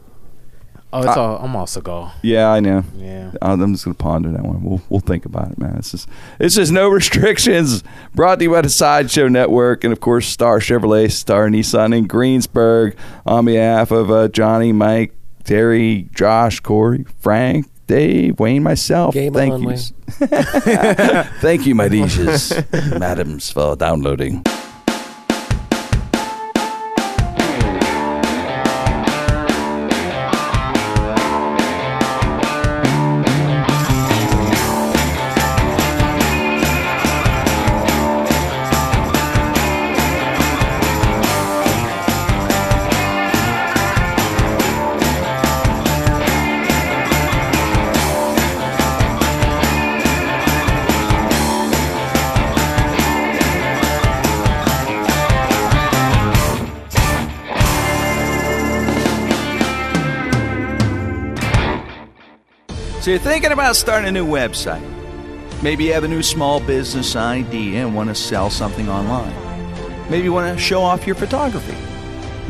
Speaker 3: Oh, it's all. I'm all Seagal.
Speaker 1: Yeah, I know.
Speaker 3: Yeah.
Speaker 1: I'm I'm just gonna ponder that one. We'll we'll think about it, man. This is this is no restrictions. Brought to you by the Sideshow Network and of course Star Chevrolet, Star Nissan in Greensburg. On behalf of uh, Johnny, Mike, Terry, Josh, Corey, Frank, Dave, Wayne, myself.
Speaker 5: Game
Speaker 1: Thank
Speaker 5: on,
Speaker 1: you.
Speaker 5: Wayne.
Speaker 1: Thank you, my lieges, madams, for downloading. So you're thinking about starting a new website. Maybe you have a new small business idea and want to sell something online. Maybe you want to show off your photography.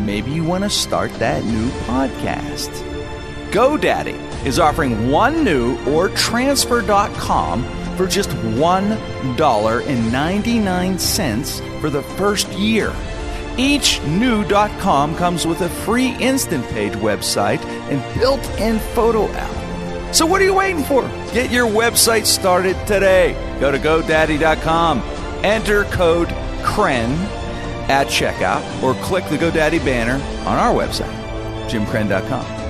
Speaker 1: Maybe you want to start that new podcast. GoDaddy is offering one new or transfer.com for just $1.99 for the first year. Each new .com comes with a free instant page website and built-in photo app. So what are you waiting for? Get your website started today. Go to GoDaddy.com, enter code KREN at checkout, or click the GoDaddy banner on our website, JimKren.com.